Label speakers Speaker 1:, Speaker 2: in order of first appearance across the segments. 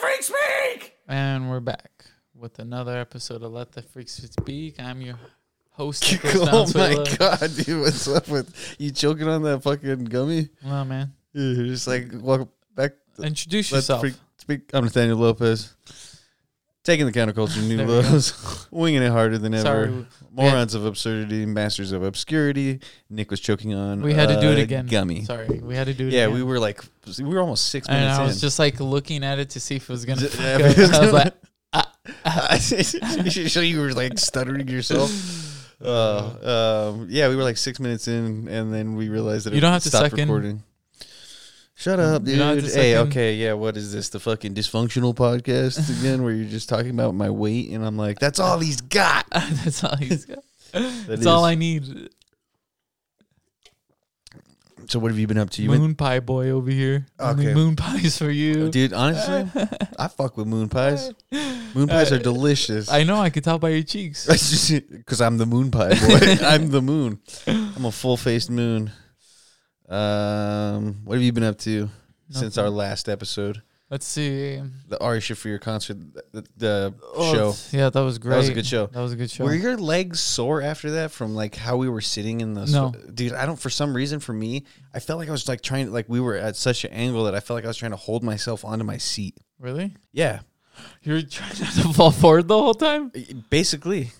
Speaker 1: Freak Speak!
Speaker 2: And we're back with another episode of Let the Freaks Speak. I'm your host. Nicholas
Speaker 3: oh my
Speaker 2: Valenzuela.
Speaker 3: god, dude, what's up with you choking on that fucking gummy?
Speaker 2: Well, man,
Speaker 3: You're just like walk back. to-
Speaker 2: introduce
Speaker 3: let the
Speaker 2: yourself.
Speaker 3: freak speak. I'm Nathaniel Lopez. Taking the counterculture, new
Speaker 2: There we go.
Speaker 3: lows, winging it harder than
Speaker 2: Sorry,
Speaker 3: ever.
Speaker 2: we-
Speaker 3: Morons of absurdity, masters of obscurity. Nick was choking on.
Speaker 2: we had to do it
Speaker 3: uh,
Speaker 2: again.
Speaker 3: Gummy.
Speaker 2: Sorry, we had to do it.
Speaker 3: Yeah,
Speaker 2: again.
Speaker 3: we were like, we were almost six
Speaker 2: And
Speaker 3: minutes
Speaker 2: I was
Speaker 3: in.
Speaker 2: just like looking at it to see if it was gonna.
Speaker 3: Is it-
Speaker 2: fuck up. I was like,
Speaker 3: so you were like stuttering yourself. Uh, um, yeah, we were like six minutes in, and then we realized that
Speaker 2: You
Speaker 3: it
Speaker 2: don't have to
Speaker 3: stopped
Speaker 2: suck in.
Speaker 3: recording. Shut up,
Speaker 2: You don't have to
Speaker 3: dude.
Speaker 2: suck
Speaker 3: Hey,
Speaker 2: in.
Speaker 3: okay, yeah. What is this? The fucking dysfunctional podcast again, where you're just talking about my weight, and I'm like, that's all he's got.
Speaker 2: that's all he's got.
Speaker 3: That
Speaker 2: That's
Speaker 3: is-
Speaker 2: all I need.
Speaker 3: So, what have you been up to? You
Speaker 2: moon pie boy over here. Only
Speaker 3: Okay.
Speaker 2: moon pies for you.
Speaker 3: went, dude. Honestly, I fuck with moon pies. Moon
Speaker 2: Uh,
Speaker 3: pies are delicious.
Speaker 2: I know. I could tell by your cheeks.
Speaker 3: Because I'm the moon pie boy. I'm the moon. I'm a full faced moon. Um, what have you been up to since
Speaker 2: Nothing.
Speaker 3: our last episode?
Speaker 2: Let's see.
Speaker 3: The Ari Shafir concert, the, the
Speaker 2: Oh,
Speaker 3: show.
Speaker 2: it's- Yeah, that was great.
Speaker 3: That was a good show.
Speaker 2: That was a good show.
Speaker 3: Were your legs sore after that from like how we were sitting in the
Speaker 2: No.
Speaker 3: dude? I don't. For some reason, for me, I felt like I was like trying. Like we were at such an angle that I felt like I was trying to hold myself onto my seat.
Speaker 2: really?
Speaker 3: Yeah,
Speaker 2: You were trying not to fall forward the whole time?
Speaker 3: basically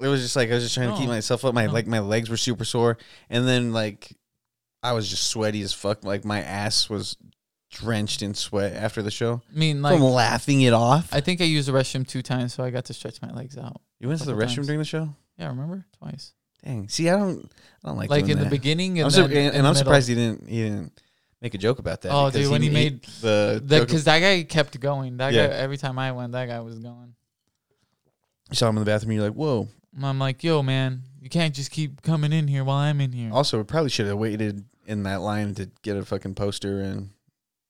Speaker 3: it was just like i was just trying to keep
Speaker 2: No.
Speaker 3: myself up my
Speaker 2: No.
Speaker 3: like my legs were super sore and then like i was just sweaty as fuck like my ass was drenched in sweat after the show
Speaker 2: I mean,
Speaker 3: from
Speaker 2: like,
Speaker 3: laughing it off
Speaker 2: I think I used the restroom two times, so I got to stretch my legs out.
Speaker 3: you went to the
Speaker 2: couple
Speaker 3: restroom
Speaker 2: times.
Speaker 3: during the show
Speaker 2: Yeah, remember? Twice.
Speaker 3: dang see i don't i don't like
Speaker 2: Like,
Speaker 3: doing
Speaker 2: in the
Speaker 3: that.
Speaker 2: beginning and
Speaker 3: I'm
Speaker 2: then
Speaker 3: sur- and,
Speaker 2: in
Speaker 3: and
Speaker 2: the
Speaker 3: i'm
Speaker 2: middle.
Speaker 3: surprised he didn't he didn't make a joke about that
Speaker 2: Oh,
Speaker 3: because
Speaker 2: dude, when he
Speaker 3: he
Speaker 2: made
Speaker 3: the, joke-
Speaker 2: Because that guy kept going. That
Speaker 3: Yeah.
Speaker 2: guy, every time I went, that guy was going.
Speaker 3: you saw him in the bathroom you're like whoa
Speaker 2: And I'm like, yo, man, you can't just keep coming in here while I'm in here.
Speaker 3: also we probably should have waited in that line to get a fucking poster and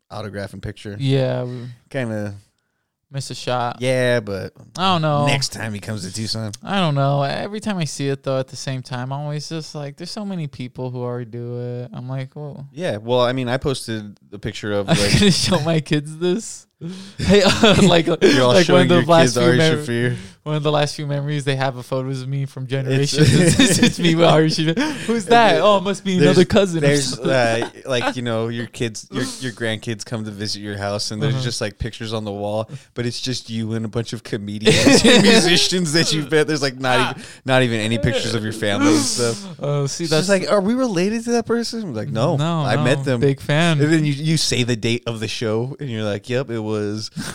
Speaker 3: autograph and picture
Speaker 2: Yeah, we
Speaker 3: kind of
Speaker 2: missed a shot.
Speaker 3: yeah but
Speaker 2: I don't know.
Speaker 3: Next time he comes to Tucson.
Speaker 2: I don't know. Every time I see it though, at the same time, I'm always just like, there's so many people who already do it. I'm like, whoa.
Speaker 3: Yeah. Well, I mean, I posted the picture of
Speaker 2: I'm
Speaker 3: like
Speaker 2: gonna show my kids this. Hey, like,
Speaker 3: you're all
Speaker 2: like one
Speaker 3: showing
Speaker 2: of the
Speaker 3: your
Speaker 2: last
Speaker 3: kids
Speaker 2: few
Speaker 3: Ari
Speaker 2: mem-
Speaker 3: Shafir.
Speaker 2: one of the last few memories they have of photos of me from generations. It's, it's, me with Ari Shafir. Who's that? Oh, it must be another
Speaker 3: There's-
Speaker 2: cousin. or
Speaker 3: There's
Speaker 2: something.
Speaker 3: uh, like you know your kids, your your grandkids come to visit your house, and there's
Speaker 2: Uh-huh.
Speaker 3: just like pictures on the wall, but it's just you and a bunch of comedians and musicians that you've met. There's like not even, not even any pictures of your family and stuff.
Speaker 2: oh, see,
Speaker 3: It's
Speaker 2: that's
Speaker 3: just like, are we related to that person? I'm like, no,
Speaker 2: no.
Speaker 3: I
Speaker 2: no,
Speaker 3: met them.
Speaker 2: Big fan.
Speaker 3: And then you, you say the date of the show, and you're like, yep, it was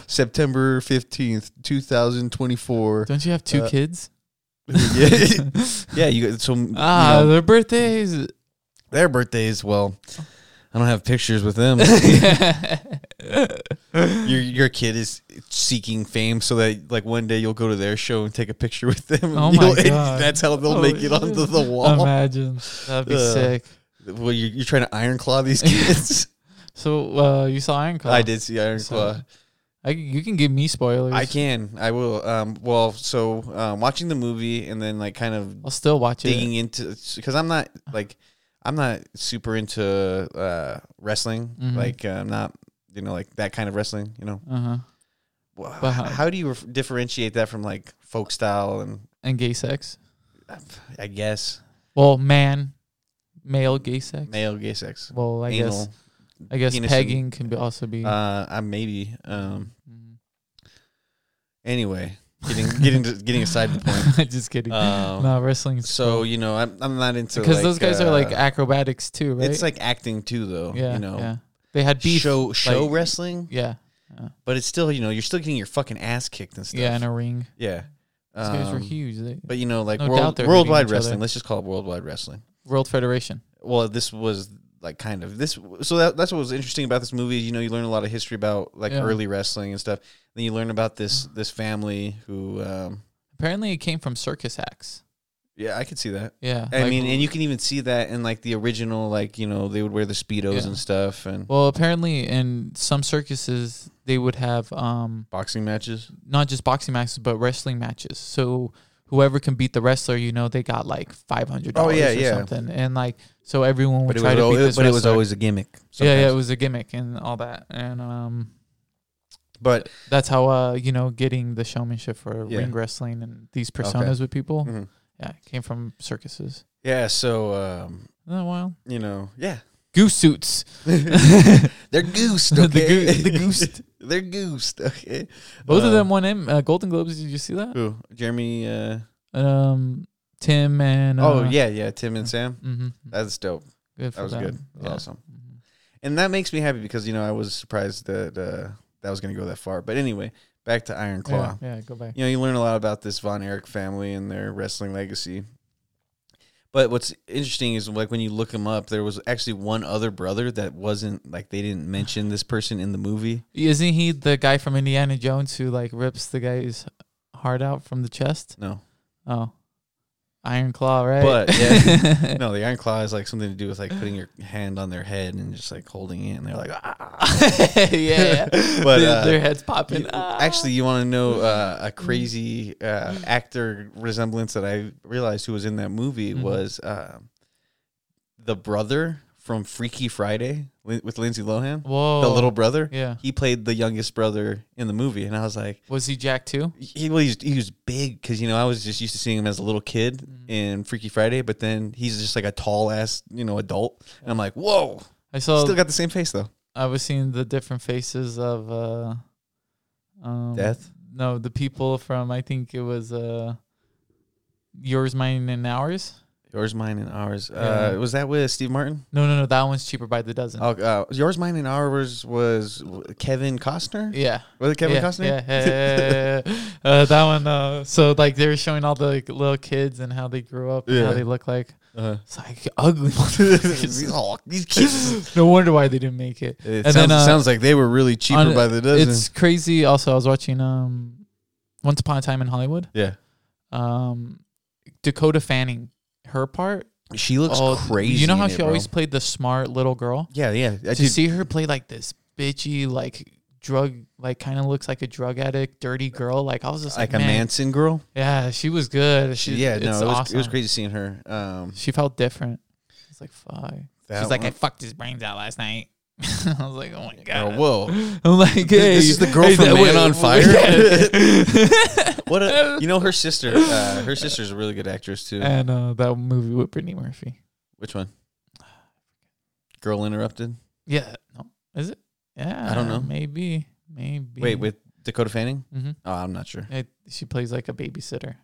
Speaker 3: September 15th, 2024.
Speaker 2: Don't you have two
Speaker 3: Uh,
Speaker 2: kids?
Speaker 3: yeah, yeah. You so you
Speaker 2: Ah,
Speaker 3: know,
Speaker 2: their birthdays.
Speaker 3: their birthdays. Well, I don't have pictures with them. your your kid is seeking fame, so that like one day you'll go to their show and take a picture with them.
Speaker 2: Oh
Speaker 3: You'll-
Speaker 2: my God.
Speaker 3: That's how they'll
Speaker 2: Oh,
Speaker 3: make it onto the wall.
Speaker 2: Imagine that'd be
Speaker 3: Uh,
Speaker 2: sick.
Speaker 3: Well, you're, you're trying to iron claw these kids.
Speaker 2: So uh, you saw Iron Claw?
Speaker 3: I did see iron
Speaker 2: So-
Speaker 3: claw.
Speaker 2: I, you can give me spoilers.
Speaker 3: I can. I will. Um. Well, so um, watching the movie and then like kind of
Speaker 2: I'll still watch it.
Speaker 3: digging into because I'm not like I'm not super into uh, wrestling.
Speaker 2: Mhm.
Speaker 3: Like uh, I'm not you know like that kind of wrestling. You know,
Speaker 2: Uh huh.
Speaker 3: Wha-
Speaker 2: But how-
Speaker 3: how, do you ref- differentiate that from like folk style and
Speaker 2: And gay sex.
Speaker 3: I guess
Speaker 2: Well, man, male gay sex.
Speaker 3: male gay sex?
Speaker 2: Well, I
Speaker 3: anal,
Speaker 2: guess I guess
Speaker 3: penis and-
Speaker 2: pegging can be also be.
Speaker 3: Uh, I maybe. Um.
Speaker 2: Mhm.
Speaker 3: Anyway, getting getting to, getting aside the point.
Speaker 2: Just kidding.
Speaker 3: Um,
Speaker 2: no wrestling.
Speaker 3: So you know I'm I'm not into
Speaker 2: because
Speaker 3: like,
Speaker 2: those guys are like
Speaker 3: uh,
Speaker 2: acrobatics too, right?
Speaker 3: it's like acting too though.
Speaker 2: yeah,
Speaker 3: You know.
Speaker 2: yeah. They had beef.
Speaker 3: Show show
Speaker 2: like-
Speaker 3: wrestling,
Speaker 2: Yeah,
Speaker 3: but it's still you know you're still getting your fucking ass kicked and stuff.
Speaker 2: yeah, in a ring.
Speaker 3: Yeah.
Speaker 2: These guys were
Speaker 3: Um,
Speaker 2: huge. They,
Speaker 3: But you know, like
Speaker 2: No doubt
Speaker 3: world,
Speaker 2: they're hitting
Speaker 3: worldwide
Speaker 2: each
Speaker 3: wrestling.
Speaker 2: other.
Speaker 3: Let's just call it worldwide wrestling.
Speaker 2: World Federation.
Speaker 3: Well, this was like kind of this. So that, that's what was interesting about this movie. You know, you learn a lot of history about like
Speaker 2: Yeah.
Speaker 3: early wrestling and stuff. Then you learn about this this family who. um
Speaker 2: Apparently, it came from circus acts.
Speaker 3: Yeah, I could see that.
Speaker 2: Yeah,
Speaker 3: I
Speaker 2: like-
Speaker 3: mean, and you can even see that in like the original, like you know, they would wear the speedos
Speaker 2: Yeah.
Speaker 3: and stuff and
Speaker 2: Well, apparently, in some circuses, they would have um,
Speaker 3: boxing matches.
Speaker 2: not just boxing matches, but wrestling matches. So whoever can beat the wrestler, you know, they got like five hundred dollars
Speaker 3: Oh, yeah,
Speaker 2: or
Speaker 3: yeah.
Speaker 2: something, and like so everyone would
Speaker 3: But it
Speaker 2: try
Speaker 3: was,
Speaker 2: to beat
Speaker 3: always,
Speaker 2: this
Speaker 3: but it was
Speaker 2: wrestler.
Speaker 3: always a gimmick.
Speaker 2: yeah, yeah, it
Speaker 3: sometimes.
Speaker 2: was a gimmick and all that, and um,
Speaker 3: But
Speaker 2: That's how uh you know getting the showmanship for
Speaker 3: Yeah.
Speaker 2: ring wrestling and these personas with people.
Speaker 3: mhm.
Speaker 2: Yeah, it came from circuses.
Speaker 3: yeah, so um,
Speaker 2: Isn't that wild?
Speaker 3: you know, yeah,
Speaker 2: Goose suits.
Speaker 3: they're goosed.
Speaker 2: The
Speaker 3: Okay?
Speaker 2: goo- the goosed.
Speaker 3: they're goosed. Okay,
Speaker 2: Both of
Speaker 3: Uh,
Speaker 2: them won in uh, Golden Globes. Did you see that?
Speaker 3: Who? Jeremy. Uh,
Speaker 2: Um, Tim and uh,
Speaker 3: oh yeah, yeah. Tim and Sam.
Speaker 2: hmm
Speaker 3: That's dope.
Speaker 2: Good for
Speaker 3: That was
Speaker 2: them.
Speaker 3: good. That was
Speaker 2: Yeah.
Speaker 3: awesome.
Speaker 2: Mhm.
Speaker 3: And that makes me happy because you know I was surprised that uh, that was going to go that far. But anyway, back to Iron Claw.
Speaker 2: Yeah, yeah, go back.
Speaker 3: you know, you learn a lot about this Von Erich family and their wrestling legacy. But what's interesting is like when you look them up, there was actually one other brother that wasn't like they didn't mention this person in the movie.
Speaker 2: Isn't he the guy from Indiana Jones who like rips the guy's heart out from the chest?
Speaker 3: No,
Speaker 2: Oh, Iron Claw, right?
Speaker 3: But, yeah. no, the Iron Claw is like something to do with like putting your hand on their head and just like holding it, and they're like, ah.
Speaker 2: yeah,
Speaker 3: But,
Speaker 2: their,
Speaker 3: uh,
Speaker 2: their heads popping.
Speaker 3: You-
Speaker 2: Ah.
Speaker 3: actually, you want to know uh,
Speaker 2: Mm.
Speaker 3: a crazy uh, actor resemblance that I realized who was in that movie
Speaker 2: Mhm.
Speaker 3: was uh, the brother from Freaky Friday Lin- with Lindsay Lohan.
Speaker 2: whoa,
Speaker 3: the little brother.
Speaker 2: Oh. yeah.
Speaker 3: He played the youngest brother in the movie, and I was like,
Speaker 2: Was he Jack too?
Speaker 3: he well, he's, he was big because you know I was just used to seeing him as a little kid
Speaker 2: Mm-hmm.
Speaker 3: in Freaky Friday, but then he's just like a tall ass you know adult, and I'm like, whoa,
Speaker 2: I saw.
Speaker 3: still got the same face though.
Speaker 2: I was seeing the different faces of uh, um,
Speaker 3: Death?
Speaker 2: No, the people from I think it was uh, yours, mine, and ours.
Speaker 3: Yours, mine, and ours.
Speaker 2: Yeah.
Speaker 3: Uh, was that with Steve Martin?
Speaker 2: No, no, no. That one's cheaper by the dozen.
Speaker 3: Oh, uh, yours, mine, and ours was Kevin Costner.
Speaker 2: Yeah.
Speaker 3: Was it Kevin
Speaker 2: yeah,
Speaker 3: Costner?
Speaker 2: Yeah, yeah, yeah, yeah, yeah. Uh, that one. Uh, so like they were showing all the like, little kids and how they grew up and how
Speaker 3: Yeah.
Speaker 2: they look like.
Speaker 3: Uh-huh.
Speaker 2: It's like ugly.
Speaker 3: These-
Speaker 2: motherfuckers.
Speaker 3: oh, these kids.
Speaker 2: no wonder why they didn't make it.
Speaker 3: It
Speaker 2: And
Speaker 3: sounds,
Speaker 2: then, uh,
Speaker 3: sounds like they were really cheaper
Speaker 2: on-
Speaker 3: by the dozen.
Speaker 2: It's crazy. Also, I was watching um, Once Upon a Time in Hollywood.
Speaker 3: yeah,
Speaker 2: Um, Dakota Fanning, her part.
Speaker 3: she looks crazy.
Speaker 2: Oh, You know how
Speaker 3: in
Speaker 2: she
Speaker 3: it, bro.
Speaker 2: always played the smart little girl.
Speaker 3: Yeah, yeah. I
Speaker 2: to
Speaker 3: did-
Speaker 2: see her play like this bitchy, like drug, like kind of looks like a drug addict, dirty girl. Like I was just like,
Speaker 3: like a
Speaker 2: man,
Speaker 3: Manson girl.
Speaker 2: Yeah, she was good. She,
Speaker 3: She, yeah,
Speaker 2: it's
Speaker 3: no, it was,
Speaker 2: awesome.
Speaker 3: it was crazy seeing her. Um,
Speaker 2: She felt different. It's like fuck.
Speaker 3: that
Speaker 2: She's like, I
Speaker 3: one-
Speaker 2: fucked his brains out last night. I was like, oh my
Speaker 3: Oh,
Speaker 2: god.
Speaker 3: whoa,
Speaker 2: I'm like, hey,
Speaker 3: this is the girl
Speaker 2: hey,
Speaker 3: from
Speaker 2: that-
Speaker 3: Man
Speaker 2: wait,
Speaker 3: on
Speaker 2: wait,
Speaker 3: Fire?
Speaker 2: yeah.
Speaker 3: what? A, you know her sister. Uh, her sister's a really good actress too.
Speaker 2: and uh, that movie with Brittany Murphy.
Speaker 3: Which one? Girl interrupted.
Speaker 2: Yeah. No. Is it? Yeah.
Speaker 3: I don't know.
Speaker 2: Maybe. Maybe.
Speaker 3: Wait, with Dakota Fanning?
Speaker 2: Mhm.
Speaker 3: Oh, I'm not sure.
Speaker 2: It, she plays like a babysitter.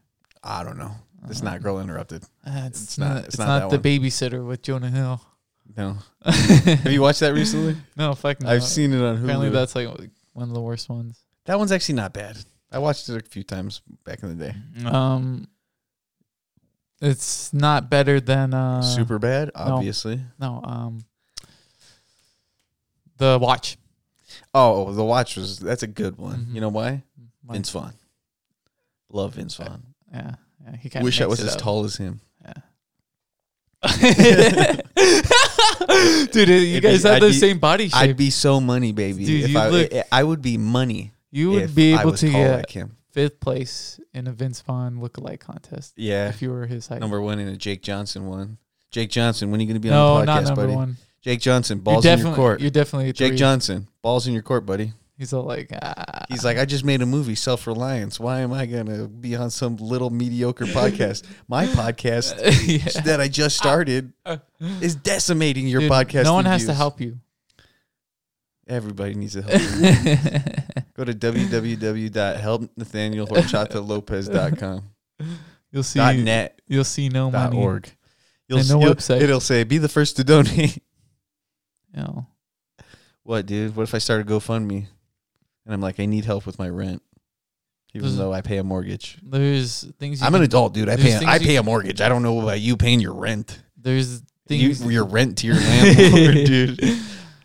Speaker 3: I don't know. It's
Speaker 2: Uh-huh.
Speaker 3: not Girl Interrupted.
Speaker 2: Uh, it's,
Speaker 3: It's
Speaker 2: not.
Speaker 3: not-
Speaker 2: It's, not,
Speaker 3: that
Speaker 2: the babysitter with Jonah Hill.
Speaker 3: No. Have you watched that recently?
Speaker 2: No, fuck no.
Speaker 3: I've seen it on Hulu.
Speaker 2: Apparently, that's like one of the worst ones.
Speaker 3: that one's actually not bad. I watched it a few times back in the day.
Speaker 2: Um, it's not better than uh,
Speaker 3: Super bad,
Speaker 2: no.
Speaker 3: obviously.
Speaker 2: No, um, the watch.
Speaker 3: Oh, The Watch was that's a good one.
Speaker 2: Mhm.
Speaker 3: You know why?
Speaker 2: Why-
Speaker 3: Vince Vaughn. Love Vince Vaughn.
Speaker 2: Yeah, yeah he kind
Speaker 3: Wish I was as tall as him.
Speaker 2: Dude, you
Speaker 3: It'd
Speaker 2: guys
Speaker 3: be-
Speaker 2: have
Speaker 3: I'd
Speaker 2: the
Speaker 3: be-
Speaker 2: same body shape.
Speaker 3: I'd be so money, baby.
Speaker 2: Dude,
Speaker 3: if
Speaker 2: you
Speaker 3: I, eh,
Speaker 2: look-
Speaker 3: I- I would be money.
Speaker 2: you would
Speaker 3: if
Speaker 2: be
Speaker 3: I
Speaker 2: able
Speaker 3: was
Speaker 2: to
Speaker 3: tall
Speaker 2: get
Speaker 3: like him.
Speaker 2: fifth place in a Vince Vaughn lookalike contest
Speaker 3: Yeah,
Speaker 2: if you were his height.
Speaker 3: number one in a Jake Johnson one. Jake Johnson, when are you going to be
Speaker 2: no,
Speaker 3: on the
Speaker 2: not
Speaker 3: podcast,
Speaker 2: number
Speaker 3: buddy?
Speaker 2: one.
Speaker 3: Jake Johnson,
Speaker 2: You're
Speaker 3: balls in
Speaker 2: definitely,
Speaker 3: your court.
Speaker 2: you're definitely a
Speaker 3: Jake
Speaker 2: three.
Speaker 3: Johnson, balls in your court, buddy.
Speaker 2: He's all like, ah.
Speaker 3: He's like, I just made a movie, Self Reliance. Why am I going to be on some little mediocre podcast? My podcast
Speaker 2: yeah.
Speaker 3: that I just started is decimating your
Speaker 2: Dude,
Speaker 3: podcast.
Speaker 2: No one has to
Speaker 3: reviews.
Speaker 2: help you.
Speaker 3: Everybody needs to help. Go to www.helpnathanielhorchatalopez.com.
Speaker 2: You'll see.
Speaker 3: dot net
Speaker 2: You'll see no
Speaker 3: dot
Speaker 2: money.
Speaker 3: org. You'll
Speaker 2: And
Speaker 3: see,
Speaker 2: no
Speaker 3: you'll-
Speaker 2: website.
Speaker 3: It'll say, be the first to donate.
Speaker 2: No.
Speaker 3: what, dude? What if I start a GoFundMe? And I'm like, I need help with my rent, even
Speaker 2: Does-
Speaker 3: though I pay a mortgage.
Speaker 2: There's things. You
Speaker 3: I'm
Speaker 2: can,
Speaker 3: an adult, dude. I
Speaker 2: there's
Speaker 3: pay
Speaker 2: things
Speaker 3: I
Speaker 2: you
Speaker 3: pay a mortgage. I don't know about you paying your rent.
Speaker 2: There's
Speaker 3: You,
Speaker 2: things.
Speaker 3: your rent to your landlord, dude.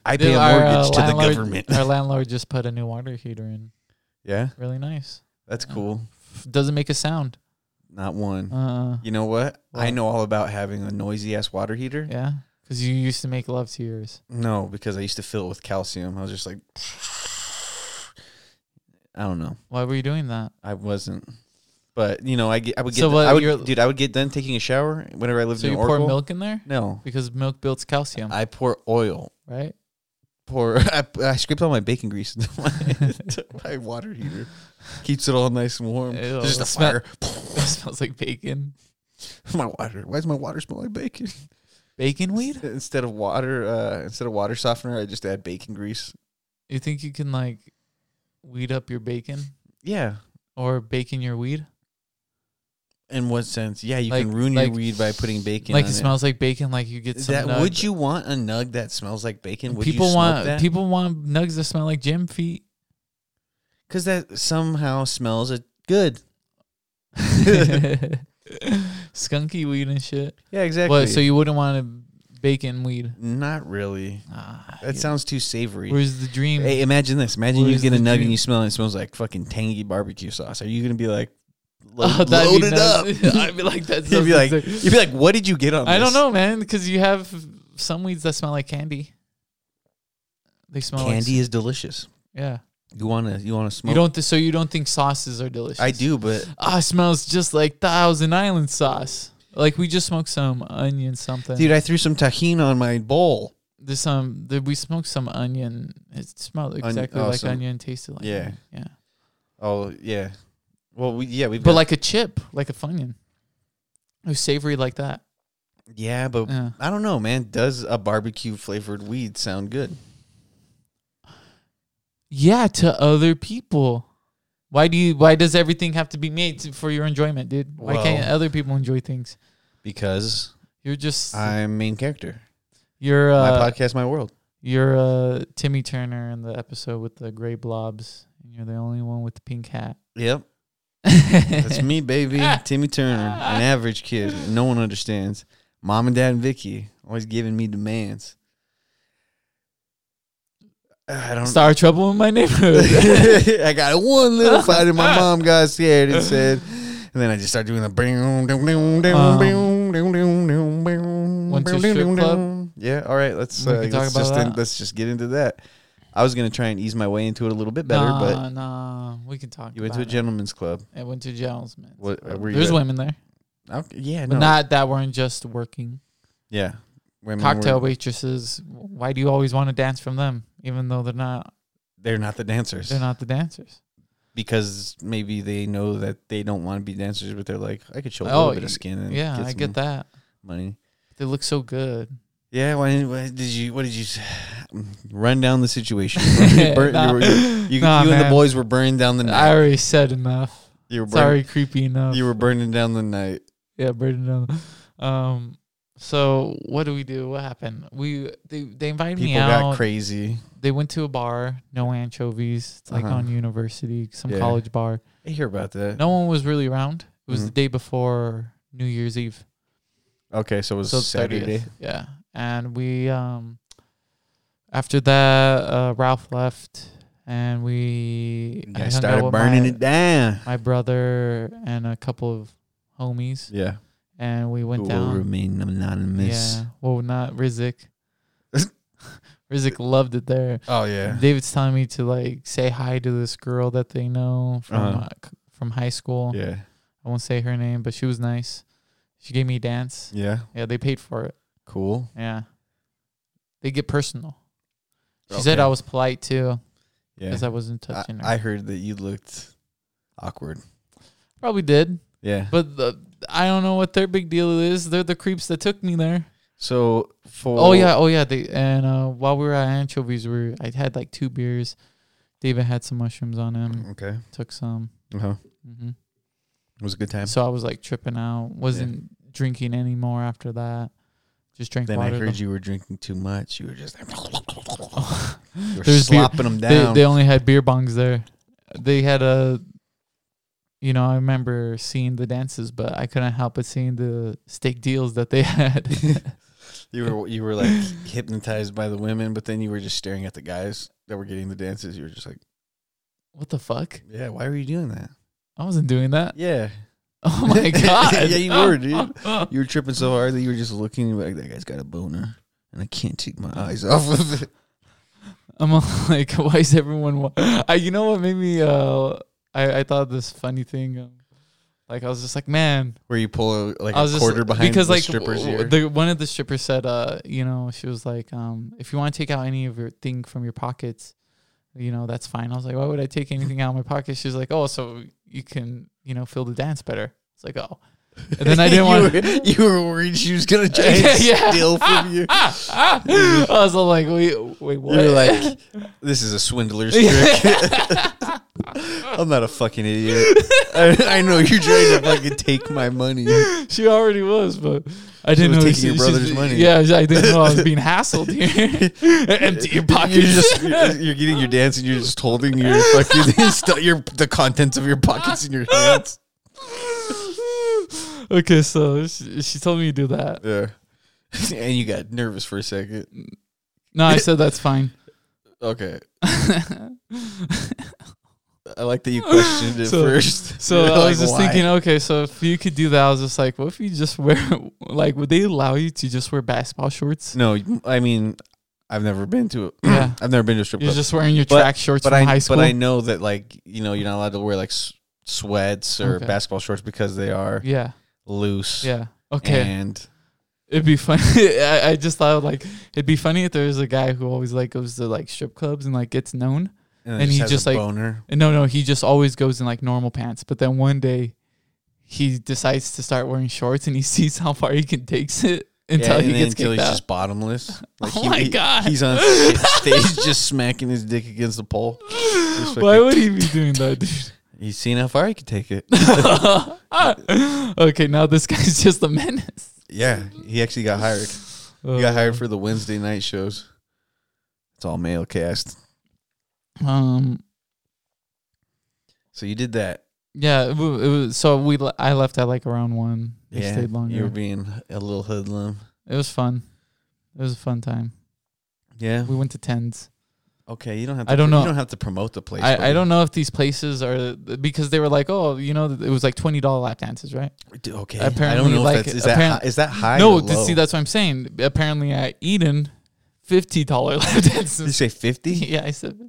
Speaker 3: I pay a
Speaker 2: Our, uh,
Speaker 3: mortgage to the
Speaker 2: landlord-
Speaker 3: government.
Speaker 2: Our landlord just put a new water heater in.
Speaker 3: Yeah,
Speaker 2: Really nice.
Speaker 3: that's cool.
Speaker 2: Doesn't make a sound.
Speaker 3: Not one.
Speaker 2: Uh,
Speaker 3: You know what? I
Speaker 2: What?
Speaker 3: know all about having a noisy ass water heater.
Speaker 2: yeah. Because you used to make love to yours.
Speaker 3: No, because I used to fill it with calcium. I was just like, I don't know.
Speaker 2: Why were you doing that?
Speaker 3: I wasn't. But you know, I get, I would get,
Speaker 2: So
Speaker 3: the-
Speaker 2: what,
Speaker 3: I
Speaker 2: you're-
Speaker 3: would, dude, I would get done taking a shower whenever I lived
Speaker 2: So
Speaker 3: in
Speaker 2: you
Speaker 3: Oracle.
Speaker 2: pour milk in there
Speaker 3: No,
Speaker 2: because milk builds calcium,
Speaker 3: I pour oil.
Speaker 2: right?
Speaker 3: pour. I, I scraped all my bacon grease into my, into my water heater. Keeps it all nice and warm.
Speaker 2: Ew,
Speaker 3: There's just a
Speaker 2: it smell-
Speaker 3: fire.
Speaker 2: It smells like bacon.
Speaker 3: my water. Why does my water smell like bacon?
Speaker 2: Bacon weed?
Speaker 3: Instead of water, uh, instead of water softener, I just add bacon grease.
Speaker 2: You think you can like weed up your bacon
Speaker 3: Yeah.
Speaker 2: or bacon your weed?
Speaker 3: In what sense? Yeah, you
Speaker 2: Like-
Speaker 3: can ruin
Speaker 2: like-
Speaker 3: your weed by putting bacon.
Speaker 2: like
Speaker 3: on
Speaker 2: it smells like bacon. Like you get some.
Speaker 3: That
Speaker 2: nug.
Speaker 3: would you want a nug that smells like bacon? Would
Speaker 2: people
Speaker 3: you smoke
Speaker 2: want
Speaker 3: that?
Speaker 2: people want nugs that smell like gym feet.
Speaker 3: because that somehow smells it good.
Speaker 2: Skunky weed and shit.
Speaker 3: Yeah, exactly.
Speaker 2: What? So you wouldn't want a bacon weed?
Speaker 3: Not really.
Speaker 2: Ah,
Speaker 3: That
Speaker 2: yeah.
Speaker 3: sounds too savory.
Speaker 2: Where's the dream?
Speaker 3: Hey, imagine this. Imagine you
Speaker 2: Where's
Speaker 3: get a
Speaker 2: the
Speaker 3: nug
Speaker 2: dream?
Speaker 3: and you smell it. It smells like fucking tangy barbecue sauce. Are you gonna be like, lo-
Speaker 2: Oh, that'd
Speaker 3: load
Speaker 2: be
Speaker 3: it
Speaker 2: nuts.
Speaker 3: up?
Speaker 2: I'd be like, that
Speaker 3: you'd
Speaker 2: sounds
Speaker 3: be like,
Speaker 2: insane.
Speaker 3: you'd be like, what did you get on?
Speaker 2: I don't
Speaker 3: this?
Speaker 2: know, man, because you have some weeds that smell like candy. They smell
Speaker 3: Candy
Speaker 2: Like,
Speaker 3: is delicious.
Speaker 2: yeah,
Speaker 3: You wanna, you wanna
Speaker 2: you
Speaker 3: smoke?
Speaker 2: don't. Th- so you don't think sauces are delicious?
Speaker 3: I do, but
Speaker 2: Ah, it smells just like Thousand Island sauce. Like we just smoked some onion something.
Speaker 3: dude, I threw some tahini on my bowl.
Speaker 2: There's some. there- we smoked some onion. It smelled exactly like
Speaker 3: awesome.
Speaker 2: onion. Tasted like
Speaker 3: Yeah.
Speaker 2: onion. yeah.
Speaker 3: Oh yeah. Well, we, yeah, we've
Speaker 2: But
Speaker 3: got-
Speaker 2: like a chip, like a funyun. It was savory like that.
Speaker 3: yeah, but
Speaker 2: Yeah.
Speaker 3: I don't know, man. Does a barbecue flavored weed sound good?
Speaker 2: Yeah, to other people. Why do you? Why does everything have to be made to, for your enjoyment, dude? Why can't
Speaker 3: Well-
Speaker 2: other people enjoy things?
Speaker 3: Because
Speaker 2: You're just
Speaker 3: I'm main character.
Speaker 2: you're
Speaker 3: my
Speaker 2: uh,
Speaker 3: podcast, my world.
Speaker 2: you're uh, Timmy Turner in the episode with the gray blobs, and you're the only one with the pink hat.
Speaker 3: Yep, that's me, baby. Timmy Turner, an average kid. No one understands. Mom and Dad and Vicky always giving me demands. I don't.
Speaker 2: Star trouble in my neighborhood.
Speaker 3: I got one little fight, and my mom got scared and said, and then I just started doing the boom, doom, doom, doom,
Speaker 2: Um,
Speaker 3: doom, doom, doom, doom, doom,
Speaker 2: went to
Speaker 3: doom,
Speaker 2: strip
Speaker 3: doom,
Speaker 2: club?
Speaker 3: doom. Yeah, all right. Let's
Speaker 2: We
Speaker 3: uh,
Speaker 2: can talk
Speaker 3: let's
Speaker 2: about
Speaker 3: just in,
Speaker 2: that.
Speaker 3: let's just get into that. I was gonna try and ease my way into it a little bit better,
Speaker 2: nah,
Speaker 3: but
Speaker 2: nah, we can talk.
Speaker 3: you went to
Speaker 2: about
Speaker 3: a
Speaker 2: it.
Speaker 3: gentleman's club.
Speaker 2: I went to jails, man.
Speaker 3: What- uh, were you
Speaker 2: There's
Speaker 3: at-
Speaker 2: women there,
Speaker 3: Okay, yeah,
Speaker 2: but
Speaker 3: no,
Speaker 2: not that weren't just working.
Speaker 3: yeah. Women
Speaker 2: Cocktail
Speaker 3: were-
Speaker 2: waitresses. Why do you always want to dance from them, even though they're not?
Speaker 3: They're not the dancers
Speaker 2: They're not the dancers.
Speaker 3: because maybe they know that they don't want to be dancers, but they're like, I could show a
Speaker 2: Oh,
Speaker 3: little bit of
Speaker 2: y-
Speaker 3: skin. And
Speaker 2: yeah,
Speaker 3: get
Speaker 2: I
Speaker 3: some
Speaker 2: get that.
Speaker 3: money.
Speaker 2: They look so good.
Speaker 3: Yeah, why, why did you? What did you say? run down the situation? you burnt-
Speaker 2: Nah.
Speaker 3: you, were- you- you
Speaker 2: Nah,
Speaker 3: and the
Speaker 2: man.
Speaker 3: boys were burning down the
Speaker 2: I
Speaker 3: night.
Speaker 2: already said enough.
Speaker 3: you were
Speaker 2: Sorry,
Speaker 3: burning,
Speaker 2: creepy enough.
Speaker 3: You were burning down the night.
Speaker 2: yeah, burning down. Um, so what do we do? What happened? We they they invited me
Speaker 3: People
Speaker 2: out.
Speaker 3: got crazy.
Speaker 2: They went to a bar. No anchovies. It's like
Speaker 3: Uh-huh.
Speaker 2: on university, some
Speaker 3: Yeah.
Speaker 2: college bar.
Speaker 3: I hear about that.
Speaker 2: No one was really around. It was the
Speaker 3: Mhm.
Speaker 2: day before New Year's Eve.
Speaker 3: Okay, so it was
Speaker 2: So
Speaker 3: Saturday.
Speaker 2: 30th. Yeah. And we um after that uh Ralph left and we
Speaker 3: You
Speaker 2: I
Speaker 3: guys
Speaker 2: hung out
Speaker 3: started
Speaker 2: with
Speaker 3: burning
Speaker 2: my,
Speaker 3: it down.
Speaker 2: My brother and a couple of homies
Speaker 3: Yeah,
Speaker 2: and we went
Speaker 3: Who will
Speaker 2: down.
Speaker 3: remain anonymous.
Speaker 2: Yeah. Well not Rizik. Rizik loved it there.
Speaker 3: Oh yeah.
Speaker 2: David's telling me to like say hi to this girl that they know from
Speaker 3: Uh-huh.
Speaker 2: uh, c- from high school.
Speaker 3: Yeah.
Speaker 2: I won't say her name, but she was nice. She gave me a dance.
Speaker 3: Yeah.
Speaker 2: Yeah, they paid for it.
Speaker 3: Cool.
Speaker 2: Yeah. They get personal. She said
Speaker 3: Okay.
Speaker 2: I was polite too
Speaker 3: Yeah.
Speaker 2: because I wasn't touching her.
Speaker 3: I, I heard that you looked awkward.
Speaker 2: Probably did,
Speaker 3: Yeah.
Speaker 2: but the, I don't know what their big deal is. They're the creeps that took me there.
Speaker 3: So for
Speaker 2: Oh yeah, oh yeah. They and uh, while we were at anchovies, we were, I had like two beers. David had some mushrooms on him.
Speaker 3: Okay.
Speaker 2: Took some.
Speaker 3: Uh-huh.
Speaker 2: hmm
Speaker 3: It was a good time.
Speaker 2: So I was like tripping out. Wasn't drinking anymore after that. Just drank
Speaker 3: Then I
Speaker 2: water. the
Speaker 3: heard you were drinking too much. You were just you were
Speaker 2: There's beer.
Speaker 3: slopping them
Speaker 2: they,
Speaker 3: down.
Speaker 2: they only had beer bongs there. They had a, you know, I remember seeing the dances, but I couldn't help but seeing the steak deals that they had.
Speaker 3: you were you were like hypnotized by the women, but then you were just staring at the guys that were getting the dances. You were just like,
Speaker 2: what the fuck?
Speaker 3: yeah, why were you doing that?
Speaker 2: I wasn't doing that.
Speaker 3: Yeah,
Speaker 2: Oh my god!
Speaker 3: Yeah, you were, dude. you were tripping so hard that you were just looking you were like that guy's got a boner, and I can't take my eyes off of it.
Speaker 2: I'm all like, why is everyone? Wa- I, you know what made me? Uh, I I thought this funny thing. Um, Like I was just like, man,
Speaker 3: Where you pull a, like
Speaker 2: I was
Speaker 3: a
Speaker 2: just
Speaker 3: quarter behind
Speaker 2: because
Speaker 3: the
Speaker 2: like
Speaker 3: stripper's
Speaker 2: w-
Speaker 3: ear.
Speaker 2: the one of the strippers said, uh, you know, she was like, um, if you want to take out any of your thing from your pockets, you know, that's fine. I was like, why would I take anything out of my pocket? She's like, oh, so you can, you know, feel the dance better. It's like, oh, and then I didn't want.
Speaker 3: you, were- you were worried she was gonna try and
Speaker 2: Yeah.
Speaker 3: steal from you.
Speaker 2: Ah, I was all like, wait, wait, what?
Speaker 3: You're like, this is a swindler's trick. I'm not a fucking idiot. I, I know you're trying to fucking take my money.
Speaker 2: she already was, but I didn't
Speaker 3: was
Speaker 2: know
Speaker 3: taking
Speaker 2: she-
Speaker 3: your
Speaker 2: she's-
Speaker 3: brother's money.
Speaker 2: Yeah, I didn't know I was being hassled here. Empty your pockets.
Speaker 3: You're just you're, you're getting your dance and you're just holding your fucking st- your the contents of your pockets in your hands.
Speaker 2: okay, so she, she told me to do that.
Speaker 3: Yeah. And you got nervous for a second.
Speaker 2: No, I said that's fine.
Speaker 3: Okay. I like that you questioned it
Speaker 2: So-
Speaker 3: first.
Speaker 2: So
Speaker 3: You're
Speaker 2: I was
Speaker 3: like,
Speaker 2: just
Speaker 3: "Why?"
Speaker 2: thinking, okay, so if you could do that, I was just like, what if you just wear, like, would they allow you to just wear basketball shorts?
Speaker 3: No, I mean, I've never been to a
Speaker 2: Yeah.
Speaker 3: I've never been to a strip
Speaker 2: You're
Speaker 3: club.
Speaker 2: just wearing your
Speaker 3: But-
Speaker 2: track shorts
Speaker 3: but
Speaker 2: from
Speaker 3: I
Speaker 2: high school.
Speaker 3: but I know that like you know you're not allowed to wear like s- sweats or
Speaker 2: Okay.
Speaker 3: basketball shorts because they are
Speaker 2: yeah,
Speaker 3: loose.
Speaker 2: yeah. Okay.
Speaker 3: And
Speaker 2: It'd be funny. I, I just thought like it'd be funny if there was a guy who always like goes to like strip clubs and like gets known.
Speaker 3: and,
Speaker 2: And he
Speaker 3: he just, has
Speaker 2: just,
Speaker 3: a
Speaker 2: like-
Speaker 3: boner.
Speaker 2: And no, no, he just always goes in like normal pants. But then one day, he decides to start wearing shorts, and he sees how far he can takes it until
Speaker 3: and
Speaker 2: he
Speaker 3: then
Speaker 2: gets
Speaker 3: until
Speaker 2: kicked
Speaker 3: he's
Speaker 2: out.
Speaker 3: just bottomless. Like
Speaker 2: Oh my
Speaker 3: he-
Speaker 2: God.
Speaker 3: He's on stage just smacking his dick against the pole. Just
Speaker 2: Why
Speaker 3: fucking-
Speaker 2: would he be doing that, dude?
Speaker 3: he's seen how far he could take it.
Speaker 2: okay, now this guy's just a menace.
Speaker 3: yeah, he actually got hired. He got hired for the Wednesday night shows. It's all male cast.
Speaker 2: Um.
Speaker 3: So you did that.
Speaker 2: Yeah. It wa- it was, so we. le- I left at like around one. They
Speaker 3: yeah,
Speaker 2: stayed longer.
Speaker 3: you were being a little hoodlum.
Speaker 2: it was fun. It was a fun time.
Speaker 3: Yeah.
Speaker 2: We went to tens.
Speaker 3: Okay, you don't have. To
Speaker 2: I don't know.
Speaker 3: You don't have to promote the place.
Speaker 2: I, I
Speaker 3: buddy.
Speaker 2: don't know if these places are because they were like, oh, you know, it was like twenty dollar lap dances, right?
Speaker 3: D- Okay, I don't
Speaker 2: Apparently,
Speaker 3: know
Speaker 2: like,
Speaker 3: if that's is that
Speaker 2: apparent-
Speaker 3: hi- is that high?
Speaker 2: no,
Speaker 3: or
Speaker 2: th-
Speaker 3: low?
Speaker 2: see, that's what I'm saying. Apparently, at Eden, fifty dollar lap
Speaker 3: Did you
Speaker 2: dances.
Speaker 3: say fifty?
Speaker 2: yeah, I said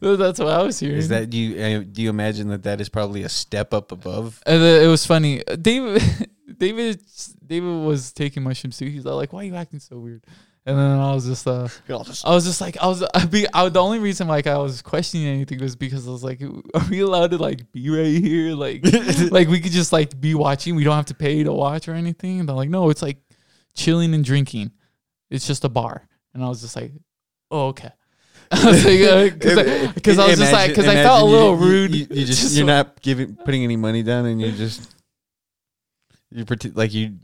Speaker 2: that's what I was hearing.
Speaker 3: Is that do you? Uh, do you imagine that that is probably a step up above?
Speaker 2: And then it was funny. Uh, David, David, David was taking mushroom soup. He's all like, "Why are you acting so weird?" And then I was just, uh, I was just like, I was, I be, I, the only reason like I was questioning anything was because I was like, "Are we allowed to like be right here? Like, like we could just like be watching. We don't have to pay to watch or anything." And they're like, "No, it's like chilling and drinking. It's just a bar." And I was just like, "Oh, okay." I was like, because I, 'cause I was just like, because I felt a
Speaker 3: Imagine
Speaker 2: little
Speaker 3: you- you-
Speaker 2: rude.
Speaker 3: You, you just, you're not giving putting any money down, and you're just you pretend like you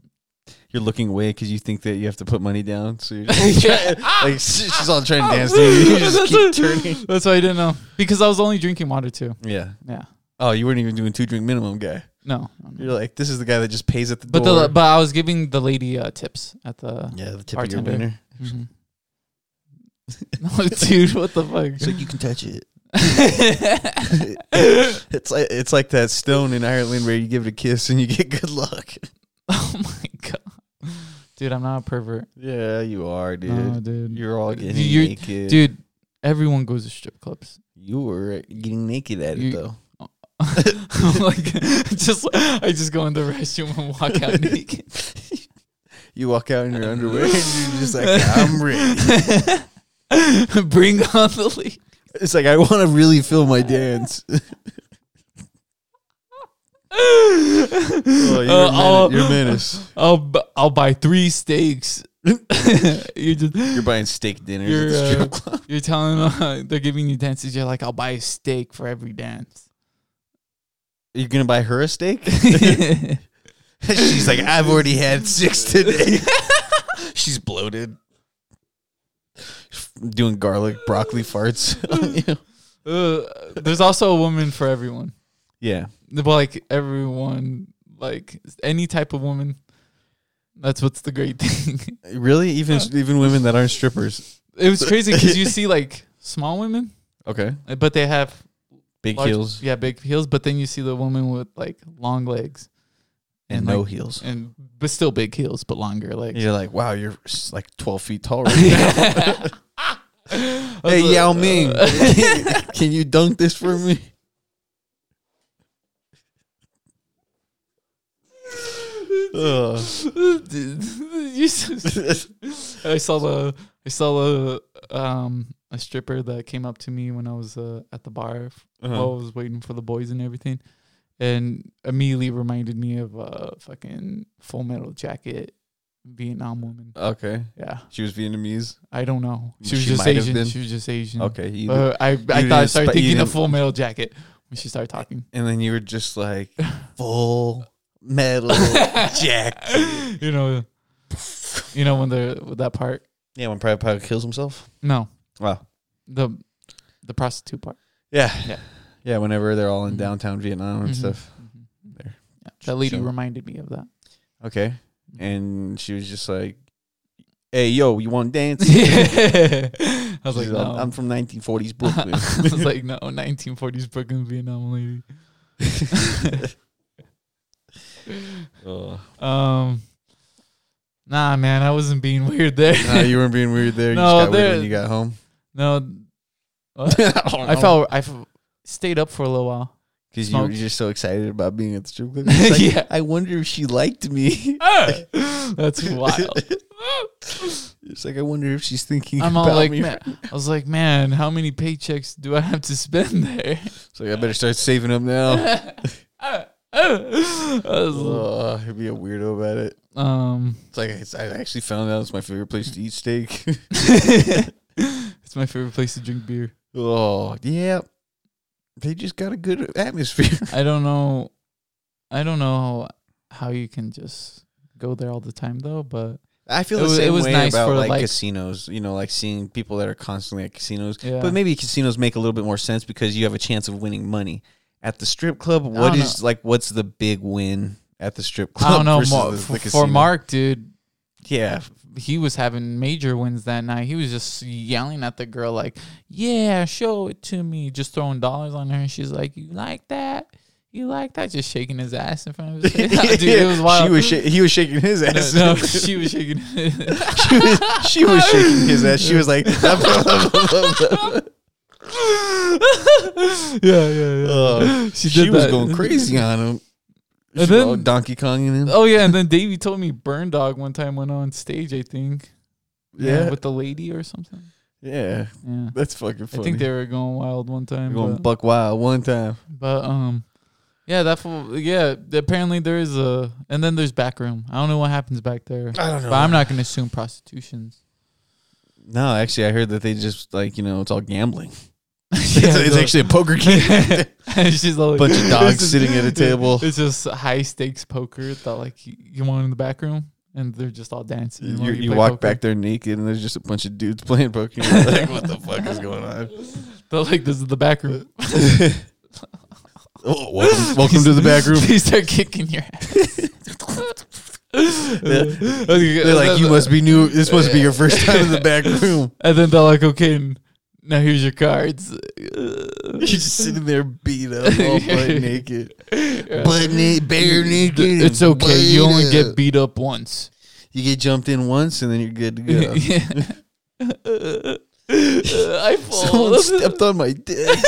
Speaker 3: you're looking away because you think that you have to put money down. So you're just
Speaker 2: Yeah.
Speaker 3: like she's she's all trying to dance to you. You just
Speaker 2: That's
Speaker 3: keep
Speaker 2: what-
Speaker 3: turning.
Speaker 2: That's why I didn't know because I was only drinking water too.
Speaker 3: Yeah.
Speaker 2: Yeah,
Speaker 3: Oh, you weren't even doing two drink minimum, guy.
Speaker 2: no, no, no.
Speaker 3: You're like this is the guy that just pays at the
Speaker 2: but
Speaker 3: door.
Speaker 2: the but I was giving the lady uh, tips at the.
Speaker 3: yeah, the tip of
Speaker 2: bartender.
Speaker 3: your wiener.
Speaker 2: Mhm. mm-hmm. no, dude, what the fuck?
Speaker 3: So you can touch it. it's like it's like that stone in Ireland where you give it a kiss and you get good luck.
Speaker 2: oh my god, dude, I'm not a pervert.
Speaker 3: Yeah, you are, dude.
Speaker 2: No, dude,
Speaker 3: You're all getting
Speaker 2: Uh, You're-
Speaker 3: naked.
Speaker 2: dude. Everyone goes to strip clubs.
Speaker 3: you were getting naked at
Speaker 2: You-
Speaker 3: it though.
Speaker 2: like, just I just go in the restroom and walk out naked.
Speaker 3: You walk out in your underwear and you're just like, I'm ready.
Speaker 2: Bring on the lead.
Speaker 3: It's like I want to really feel my dance. oh, you're,
Speaker 2: Uh,
Speaker 3: a
Speaker 2: I'll-
Speaker 3: menace. you're a menace.
Speaker 2: I'll bu- I'll buy three steaks. you just
Speaker 3: You're buying steak dinners
Speaker 2: You're,
Speaker 3: at the strip
Speaker 2: uh,
Speaker 3: club.
Speaker 2: you're telling them uh, they're giving you dances. You're like, I'll buy a steak for every dance.
Speaker 3: You're gonna buy her a steak?
Speaker 2: She's
Speaker 3: She's like, I've already had six today. She's bloated. Doing garlic broccoli farts. on you.
Speaker 2: Uh, there's also a woman for everyone.
Speaker 3: yeah.
Speaker 2: Well, Like everyone, like any type of woman. That's what's the great thing.
Speaker 3: Really? Even even women that aren't strippers.
Speaker 2: it was crazy because you see like small women,
Speaker 3: Okay.
Speaker 2: uh, but they have
Speaker 3: Big
Speaker 2: large-
Speaker 3: heels
Speaker 2: Yeah, big heels. But then you see the woman with like long legs
Speaker 3: and,
Speaker 2: and,
Speaker 3: no
Speaker 2: like-
Speaker 3: heels.
Speaker 2: and but still big heels, but longer legs.
Speaker 3: You're like, wow, you're s- like 12 feet tall right now. hey,
Speaker 2: That's a-
Speaker 3: Yao Ming,
Speaker 2: uh.
Speaker 3: can you dunk this for me? Ugh.
Speaker 2: You s- I saw the I saw the um a stripper that came up to me when I was uh, at the bar f- while I
Speaker 3: Uh-huh.
Speaker 2: was waiting for the boys and everything, and immediately reminded me of uh fucking Full Metal Jacket, Vietnam woman.
Speaker 3: Okay.
Speaker 2: Yeah,
Speaker 3: She was Vietnamese.
Speaker 2: I don't know. She was
Speaker 3: She
Speaker 2: just
Speaker 3: might have
Speaker 2: Asian.
Speaker 3: been.
Speaker 2: She was just Asian.
Speaker 3: Okay. you-
Speaker 2: But I I
Speaker 3: didn't
Speaker 2: thought I started
Speaker 3: spe- you
Speaker 2: thinking of
Speaker 3: didn't-
Speaker 2: Full Metal Jacket when she started talking.
Speaker 3: and then you were just like full metal jacket.
Speaker 2: you know, you know when the with that part.
Speaker 3: Yeah, when Private Pilot kills himself.
Speaker 2: No,
Speaker 3: Wow.
Speaker 2: the the prostitute part.
Speaker 3: Yeah.
Speaker 2: Yeah.
Speaker 3: Yeah. Whenever they're all in
Speaker 2: Mhm.
Speaker 3: downtown Vietnam and
Speaker 2: Mhm.
Speaker 3: stuff.
Speaker 2: Mhm.
Speaker 3: Mm-hmm. There.
Speaker 2: Yeah, that lady
Speaker 3: Sure.
Speaker 2: reminded me of that.
Speaker 3: Okay. And she was just like, "Hey, yo, you want to dance?"
Speaker 2: I was like,
Speaker 3: She's like,
Speaker 2: no.
Speaker 3: I'm from 1940s Brooklyn.
Speaker 2: I was like, no, 1940s Brooklyn Vietnam lady.
Speaker 3: oh.
Speaker 2: Um, nah, man, I wasn't being weird there.
Speaker 3: Nah, you weren't being weird there. You
Speaker 2: No,
Speaker 3: just got weird
Speaker 2: there-
Speaker 3: when you got home.
Speaker 2: no, what? I
Speaker 3: Oh.
Speaker 2: felt I f- stayed up for a little while.
Speaker 3: because you were
Speaker 2: smoked.
Speaker 3: just so excited about being at the strip club. It's like,
Speaker 2: Yeah.
Speaker 3: I wonder if she liked me.
Speaker 2: That's wild.
Speaker 3: It's like I wonder if she's thinking
Speaker 2: I'm
Speaker 3: about
Speaker 2: all like,
Speaker 3: me.
Speaker 2: man, I was like, man, how many paychecks do I have to spend there?
Speaker 3: It's like I better start saving up now.
Speaker 2: I was,
Speaker 3: Ugh, I'd be a weirdo about it.
Speaker 2: um,
Speaker 3: It's like it's, I actually found out it's my favorite place to eat steak.
Speaker 2: it's my favorite place to drink beer.
Speaker 3: oh yeah, they just got a good atmosphere.
Speaker 2: I don't know. I don't know how you can just go there all the time though, but
Speaker 3: I feel
Speaker 2: It
Speaker 3: the
Speaker 2: was- it
Speaker 3: same
Speaker 2: was
Speaker 3: way
Speaker 2: nice
Speaker 3: about
Speaker 2: for,
Speaker 3: like,
Speaker 2: like-
Speaker 3: casinos. You know, like seeing people that are constantly at casinos.
Speaker 2: yeah.
Speaker 3: But maybe casinos make a little bit more sense because you have a chance of winning money. At the strip club, what
Speaker 2: don't
Speaker 3: is like? What's the big win at the strip club?
Speaker 2: I don't know.
Speaker 3: versus
Speaker 2: Mar-
Speaker 3: the- the
Speaker 2: for, for
Speaker 3: casino?
Speaker 2: Mark, dude,
Speaker 3: yeah,
Speaker 2: he was having major wins that night. He was just yelling at the girl like, "Yeah, show it to me!" Just throwing dollars on her, and she's like, "You like that? You like that?" Just shaking his ass in front of his face. dude, it was wild.
Speaker 3: She was sha- he was shaking his ass.
Speaker 2: no, no, she was shaking.
Speaker 3: she, was, she was shaking his ass. She was like,
Speaker 2: yeah, yeah, yeah.
Speaker 3: Uh, she,
Speaker 2: She did
Speaker 3: was
Speaker 2: that.
Speaker 3: going crazy on him.
Speaker 2: And
Speaker 3: She was all
Speaker 2: then-
Speaker 3: Donkey Kong in him.
Speaker 2: Oh yeah, and then Davey told me Burn Dog one time went on stage. I think.
Speaker 3: yeah,
Speaker 2: with the lady or something.
Speaker 3: yeah,
Speaker 2: Yeah,
Speaker 3: that's fucking funny.
Speaker 2: I think they were going wild one time.
Speaker 3: going
Speaker 2: but,
Speaker 3: buck wild one time.
Speaker 2: but, um, yeah, that fool, yeah. Apparently there is a, and then there's back room. I don't know what happens back there,
Speaker 3: I don't
Speaker 2: but I'm not gonna assume prostitutions.
Speaker 3: No, actually, I heard that they just like you know it's all gambling.
Speaker 2: Yeah,
Speaker 3: it's, it's
Speaker 2: so-
Speaker 3: actually a poker game.
Speaker 2: she's all like,
Speaker 3: Bunch of dogs
Speaker 2: This is-
Speaker 3: sitting at a table.
Speaker 2: It's just high stakes poker that like you, you want in the back room, and they're just all dancing. while
Speaker 3: you you
Speaker 2: play
Speaker 3: walk
Speaker 2: poker.
Speaker 3: back there naked, and there's just a bunch of dudes playing poker. You're like, what the fuck is going on?
Speaker 2: They're like, "This is the back room."
Speaker 3: Oh, welcome, welcome to the back room.
Speaker 2: They start kicking your ass.
Speaker 3: They're like, you must be new. This must be your first time in the back room.
Speaker 2: And then they're like, okay, n- now here's your cards.
Speaker 3: You're just sitting there beat up, all butt naked,
Speaker 2: Yeah.
Speaker 3: butt naked, bare naked. and
Speaker 2: It's okay. You
Speaker 3: butt
Speaker 2: only
Speaker 3: up.
Speaker 2: get beat up once.
Speaker 3: You get jumped in once, and then you're good to go.
Speaker 2: I fall.
Speaker 3: Someone stepped on my dick.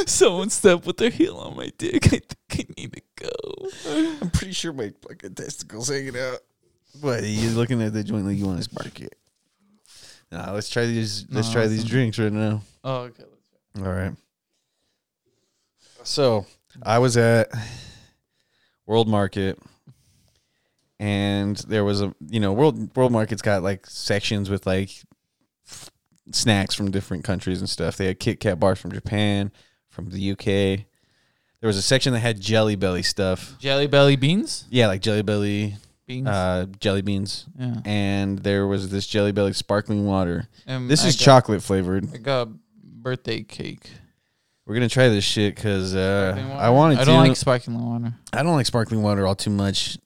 Speaker 2: Someone stepped with their heel on my dick. I think I need to go.
Speaker 3: I'm pretty sure my fucking testicles hanging out. But he's looking at the joint like you want to spark it. Nah, let's try these. Let's
Speaker 2: No,
Speaker 3: try
Speaker 2: that's
Speaker 3: these
Speaker 2: not-
Speaker 3: drinks right now.
Speaker 2: Oh, okay.
Speaker 3: All right. So I was at World Market, and there was a you know World World Market's got like sections with like f- snacks from different countries and stuff. They had Kit Kat bars from Japan, from the UK. There was a section that had Jelly Belly stuff.
Speaker 2: Jelly belly beans?
Speaker 3: Yeah, like Jelly Belly,
Speaker 2: Beans.
Speaker 3: uh, jelly beans,
Speaker 2: yeah.
Speaker 3: and there was this Jelly Belly sparkling water.
Speaker 2: Um,
Speaker 3: This
Speaker 2: I
Speaker 3: is
Speaker 2: got-
Speaker 3: chocolate flavored.
Speaker 2: I got birthday cake.
Speaker 3: We're gonna try this shit because
Speaker 2: Sparkling
Speaker 3: uh,
Speaker 2: water.
Speaker 3: I wanted
Speaker 2: I
Speaker 3: to.
Speaker 2: don't like sparkling water.
Speaker 3: I don't like sparkling water all too much,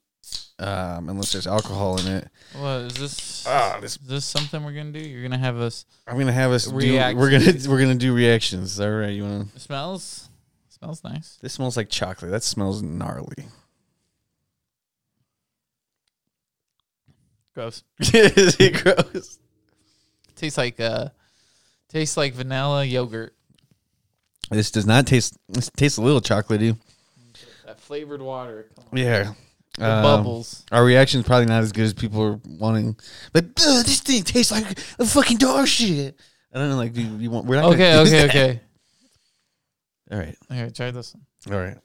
Speaker 3: um, unless there's alcohol in it.
Speaker 2: What is this?
Speaker 3: Ah, this-
Speaker 2: is this something we're gonna do? You're gonna have us
Speaker 3: I'm gonna have us. Do,
Speaker 2: React.
Speaker 3: we're gonna we're gonna do reactions. All right, you wanna?
Speaker 2: it smells smells nice.
Speaker 3: This smells like chocolate. That smells gnarly.
Speaker 2: Gross.
Speaker 3: Is it gross?
Speaker 2: Tastes like uh tastes like vanilla yogurt.
Speaker 3: This does not taste. This tastes a little chocolatey.
Speaker 2: That flavored water.
Speaker 3: Yeah,
Speaker 2: The
Speaker 3: Um,
Speaker 2: bubbles.
Speaker 3: Our reaction's probably not as good as people are wanting. Like, "Ugh, this thing tastes like a fucking dog shit. I don't know, like, dude, you want? We're not gonna
Speaker 2: Okay,
Speaker 3: do
Speaker 2: okay,
Speaker 3: that.
Speaker 2: okay.
Speaker 3: All right,
Speaker 2: Here, try this one.
Speaker 3: all right.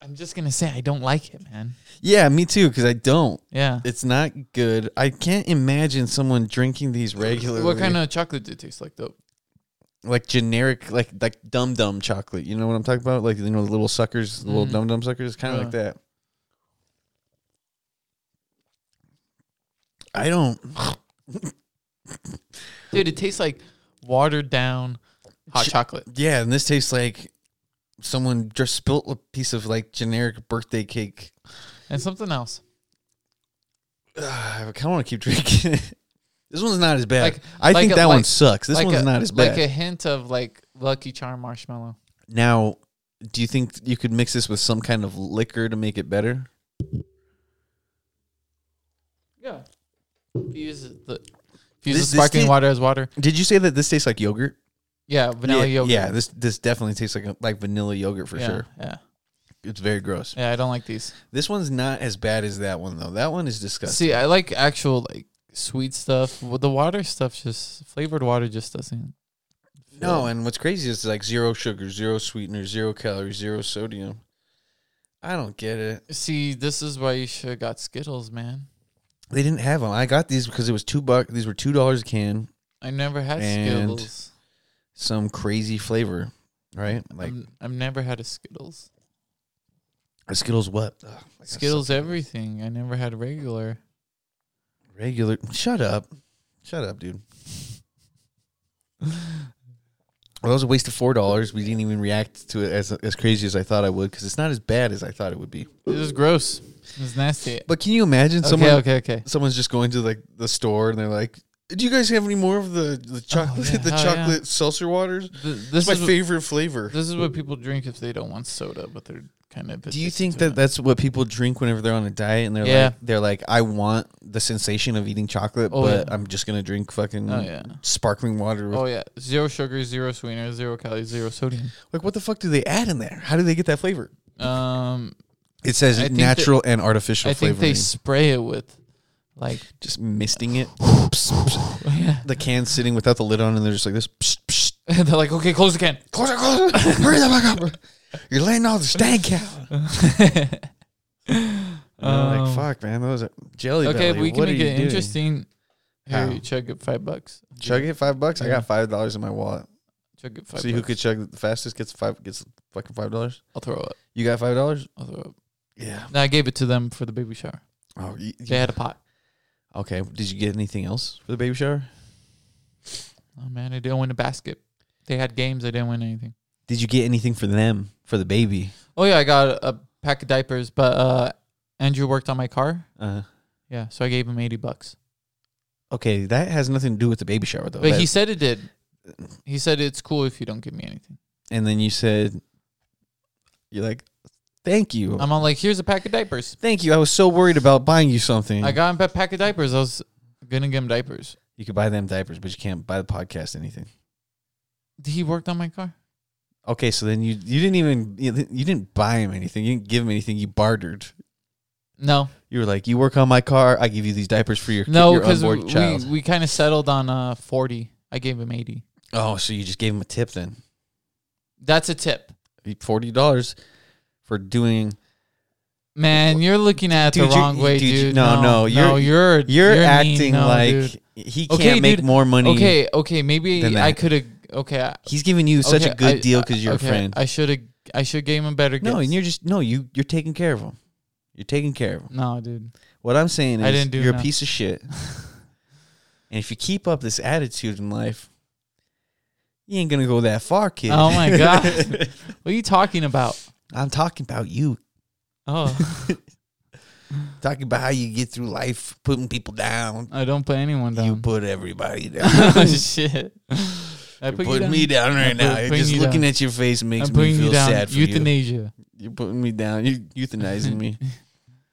Speaker 2: I'm just gonna say I don't like it, man.
Speaker 3: Yeah, me too. Because I don't.
Speaker 2: Yeah.
Speaker 3: It's not good. I can't imagine someone drinking these regularly.
Speaker 2: What kind of chocolate did it taste like though?
Speaker 3: like generic like like dum dum chocolate? You know what I'm talking about? Like you know the little suckers, the little
Speaker 2: Mm.
Speaker 3: dum dum suckers, kind of
Speaker 2: Uh.
Speaker 3: like that. I don't.
Speaker 2: Dude, it tastes like watered down hot
Speaker 3: Ch-
Speaker 2: chocolate.
Speaker 3: Yeah, and this tastes like someone just spilt a piece of like generic birthday cake.
Speaker 2: And something else.
Speaker 3: Ugh, I kind of want to keep drinking. it. this one's not as bad.
Speaker 2: Like-
Speaker 3: I
Speaker 2: like
Speaker 3: think
Speaker 2: a-
Speaker 3: that
Speaker 2: like-
Speaker 3: one sucks. This
Speaker 2: like
Speaker 3: one's
Speaker 2: a-
Speaker 3: not as bad.
Speaker 2: Like a hint of like Lucky Charm marshmallow.
Speaker 3: now, do you think you could mix this with some kind of liquor to make it better?
Speaker 2: Yeah. If you use the if you use
Speaker 3: This- this
Speaker 2: the sparkling
Speaker 3: ta-
Speaker 2: water as water.
Speaker 3: Did you say that this tastes like yogurt?
Speaker 2: Yeah, vanilla
Speaker 3: yeah,
Speaker 2: yogurt.
Speaker 3: Yeah, this this definitely tastes like a, like vanilla yogurt for
Speaker 2: Yeah,
Speaker 3: sure.
Speaker 2: Yeah.
Speaker 3: It's very gross.
Speaker 2: Yeah, I don't like these.
Speaker 3: This one's not as bad as that one though. That one is disgusting.
Speaker 2: See, I like actual like sweet stuff. Well, the water stuff just flavored water just doesn't.
Speaker 3: No, and what's crazy is like zero sugar, zero sweetener, zero calories, zero sodium. I don't get it.
Speaker 2: See, this is why you should have got Skittles, man.
Speaker 3: They didn't have them. I got these because it was two buck. These were two dollars a can.
Speaker 2: I never had
Speaker 3: And,
Speaker 2: Skittles.
Speaker 3: Some crazy flavor, right? Like
Speaker 2: I'm- I've never had a Skittles.
Speaker 3: Skittles. What Ugh, I got
Speaker 2: Skittles everything. I never had regular.
Speaker 3: some regular. Shut up, shut up, dude. Well, that was a waste of four dollars. We didn't even react to it as as crazy as I thought I would because it's not as bad as I thought it would be.
Speaker 2: This is gross. This is nasty.
Speaker 3: But can you imagine
Speaker 2: Okay,
Speaker 3: someone
Speaker 2: okay, okay.
Speaker 3: someone's just going to like the store and they're like, "Do you guys have any more of the the chocolate
Speaker 2: Oh, yeah.
Speaker 3: the
Speaker 2: Hell yeah.
Speaker 3: chocolate seltzer waters?
Speaker 2: Th-
Speaker 3: It's
Speaker 2: This
Speaker 3: my
Speaker 2: is what,
Speaker 3: favorite flavor."
Speaker 2: this is what people drink if they don't want soda, but they're kind of.
Speaker 3: Do you
Speaker 2: addicted
Speaker 3: think
Speaker 2: to
Speaker 3: that
Speaker 2: it.
Speaker 3: that's what people drink whenever they're on a diet and they're
Speaker 2: Yeah.
Speaker 3: like they're like I want the sensation of eating chocolate,
Speaker 2: Oh,
Speaker 3: but
Speaker 2: yeah.
Speaker 3: I'm just gonna drink fucking
Speaker 2: Oh yeah.
Speaker 3: sparkling water. With,
Speaker 2: Oh yeah. Zero sugar, zero sweetener, zero calories, zero sodium.
Speaker 3: Like what the fuck do they add in there? How do they get that flavor?
Speaker 2: Um,
Speaker 3: It says
Speaker 2: I think
Speaker 3: natural and artificial
Speaker 2: I think they
Speaker 3: flavoring.
Speaker 2: spray it with, like,
Speaker 3: just misting it.
Speaker 2: yeah.
Speaker 3: the can sitting without the lid on, and they're just like this. Psh, psh,
Speaker 2: they're like, okay, close the can.
Speaker 3: close it, close it. Hurry the fuck up. You're laying all the stank out. And I'm
Speaker 2: Um,
Speaker 3: like fuck, man. Those are jelly.
Speaker 2: Okay,
Speaker 3: belly.
Speaker 2: we can
Speaker 3: what are
Speaker 2: make
Speaker 3: you
Speaker 2: it
Speaker 3: doing?
Speaker 2: interesting. Here,
Speaker 3: How?
Speaker 2: you chug it five bucks.
Speaker 3: Chug it five bucks. I
Speaker 2: Yeah.
Speaker 3: got five dollars in my wallet.
Speaker 2: Chug it five.
Speaker 3: See
Speaker 2: bucks.
Speaker 3: who could chug it the fastest gets five gets fucking five dollars.
Speaker 2: I'll throw up.
Speaker 3: You got five dollars?
Speaker 2: I'll throw up.
Speaker 3: Yeah.
Speaker 2: No, I gave it to them for the baby shower.
Speaker 3: Oh, you,
Speaker 2: They had a pot.
Speaker 3: okay. Did you get anything else for the baby shower?
Speaker 2: Oh man, I didn't win a basket. They had games. I didn't win anything.
Speaker 3: Did you get anything for them for the baby?
Speaker 2: Oh yeah, I got a pack of diapers. But uh, Andrew worked on my car.
Speaker 3: Uh,
Speaker 2: Yeah, so I gave him eighty bucks.
Speaker 3: okay, that has nothing to do with the baby shower though.
Speaker 2: But
Speaker 3: That-
Speaker 2: he said it did. He said it's cool if you don't give me anything.
Speaker 3: and then you said, you're like, thank you,
Speaker 2: I'm all like, here's a pack of diapers.
Speaker 3: thank you. I was so worried about buying you something.
Speaker 2: I got him a pack of diapers. I was gonna give him diapers.
Speaker 3: you could buy them diapers, but you can't buy the podcast anything.
Speaker 2: He worked on my car.
Speaker 3: Okay, so then you you didn't even you you didn't buy him anything. You didn't give him anything. You bartered.
Speaker 2: No,
Speaker 3: You were like, you work on my car. I give you these diapers for your
Speaker 2: no,
Speaker 3: your
Speaker 2: because
Speaker 3: unborn
Speaker 2: we,
Speaker 3: child.
Speaker 2: we kind of settled on uh forty. I gave him eighty.
Speaker 3: oh, so you just gave him a tip then.
Speaker 2: That's a tip,
Speaker 3: forty dollars for doing.
Speaker 2: man. You're looking at it
Speaker 3: Dude,
Speaker 2: the
Speaker 3: you-
Speaker 2: wrong way,
Speaker 3: dude,
Speaker 2: dude.
Speaker 3: you- no, no, you're-
Speaker 2: you're
Speaker 3: You're,
Speaker 2: mean.
Speaker 3: acting
Speaker 2: No,
Speaker 3: like
Speaker 2: dude.
Speaker 3: he can't
Speaker 2: Okay,
Speaker 3: make
Speaker 2: dude.
Speaker 3: more money.
Speaker 2: okay, okay. Maybe
Speaker 3: than
Speaker 2: I
Speaker 3: that.
Speaker 2: could have. Okay, I-
Speaker 3: he's giving you such
Speaker 2: okay,
Speaker 3: a good
Speaker 2: I-
Speaker 3: deal because you're
Speaker 2: okay,
Speaker 3: a friend.
Speaker 2: I should have. I should gave him a better.
Speaker 3: no,
Speaker 2: gift.
Speaker 3: and you're just no, you you're taking care of him. You're taking care of him.
Speaker 2: no, dude.
Speaker 3: What I'm saying is,
Speaker 2: I didn't do
Speaker 3: you're
Speaker 2: enough.
Speaker 3: a piece of shit. and if you keep up this attitude in life, you ain't gonna go that far, kid.
Speaker 2: Oh my God. What are you talking about?
Speaker 3: I'm talking about you.
Speaker 2: Oh,
Speaker 3: Talking about how you get through life, putting people down.
Speaker 2: I don't put anyone down.
Speaker 3: You put everybody down.
Speaker 2: Oh, shit. I
Speaker 3: You're
Speaker 2: put you
Speaker 3: putting
Speaker 2: down.
Speaker 3: me down right
Speaker 2: I'm put-
Speaker 3: now. You're
Speaker 2: putting
Speaker 3: just
Speaker 2: you
Speaker 3: looking
Speaker 2: down.
Speaker 3: at your face makes
Speaker 2: I'm
Speaker 3: me
Speaker 2: putting
Speaker 3: feel
Speaker 2: you down.
Speaker 3: sad for you.
Speaker 2: Euthanasia.
Speaker 3: You're putting me down. You're euthanizing me,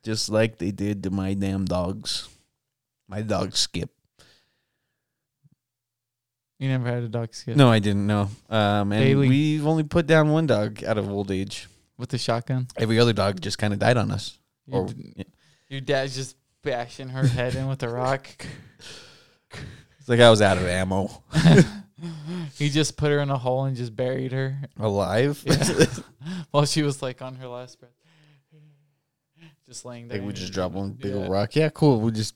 Speaker 3: just like they did to my damn dogs. My dog Skip.
Speaker 2: You. never had a dog skip.
Speaker 3: No, I didn't know. Um, and
Speaker 2: Daily.
Speaker 3: we've only put down one dog out of old age.
Speaker 2: with the shotgun.
Speaker 3: Every other dog just kind of died on us.
Speaker 2: Your,
Speaker 3: Or
Speaker 2: d-
Speaker 3: yeah.
Speaker 2: your dad's just bashing her head in with a rock.
Speaker 3: it's like I was out of ammo.
Speaker 2: he just put her in a hole and just buried her
Speaker 3: Alive.
Speaker 2: Yeah. while she was like on her last breath, just laying there.
Speaker 3: like we just drop one big
Speaker 2: Yeah.
Speaker 3: old rock. Yeah, cool. We just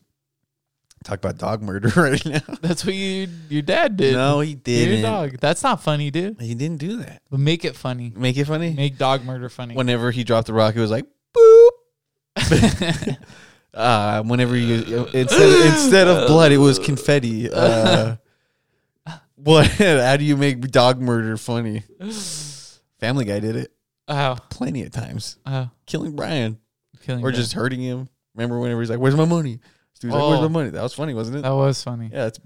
Speaker 3: talk about dog murder right now.
Speaker 2: That's what you your dad did.
Speaker 3: no, he
Speaker 2: Eat
Speaker 3: didn't.
Speaker 2: a dog. That's not funny, dude.
Speaker 3: He didn't do that.
Speaker 2: But make it funny.
Speaker 3: Make it funny.
Speaker 2: Make dog murder funny.
Speaker 3: Whenever he dropped the rock, it was like boop. Uh, whenever you instead instead of blood, it was confetti. Uh, what? How do you make dog murder funny? Family Guy did it
Speaker 2: oh,
Speaker 3: plenty of times,
Speaker 2: oh,
Speaker 3: killing Brian
Speaker 2: killing.
Speaker 3: or
Speaker 2: dog.
Speaker 3: just hurting him. Remember whenever he's like, "Where's my money?" He was like, "Where's
Speaker 2: Oh.
Speaker 3: my money?" That was funny, wasn't it?
Speaker 2: that was funny.
Speaker 3: Yeah, it's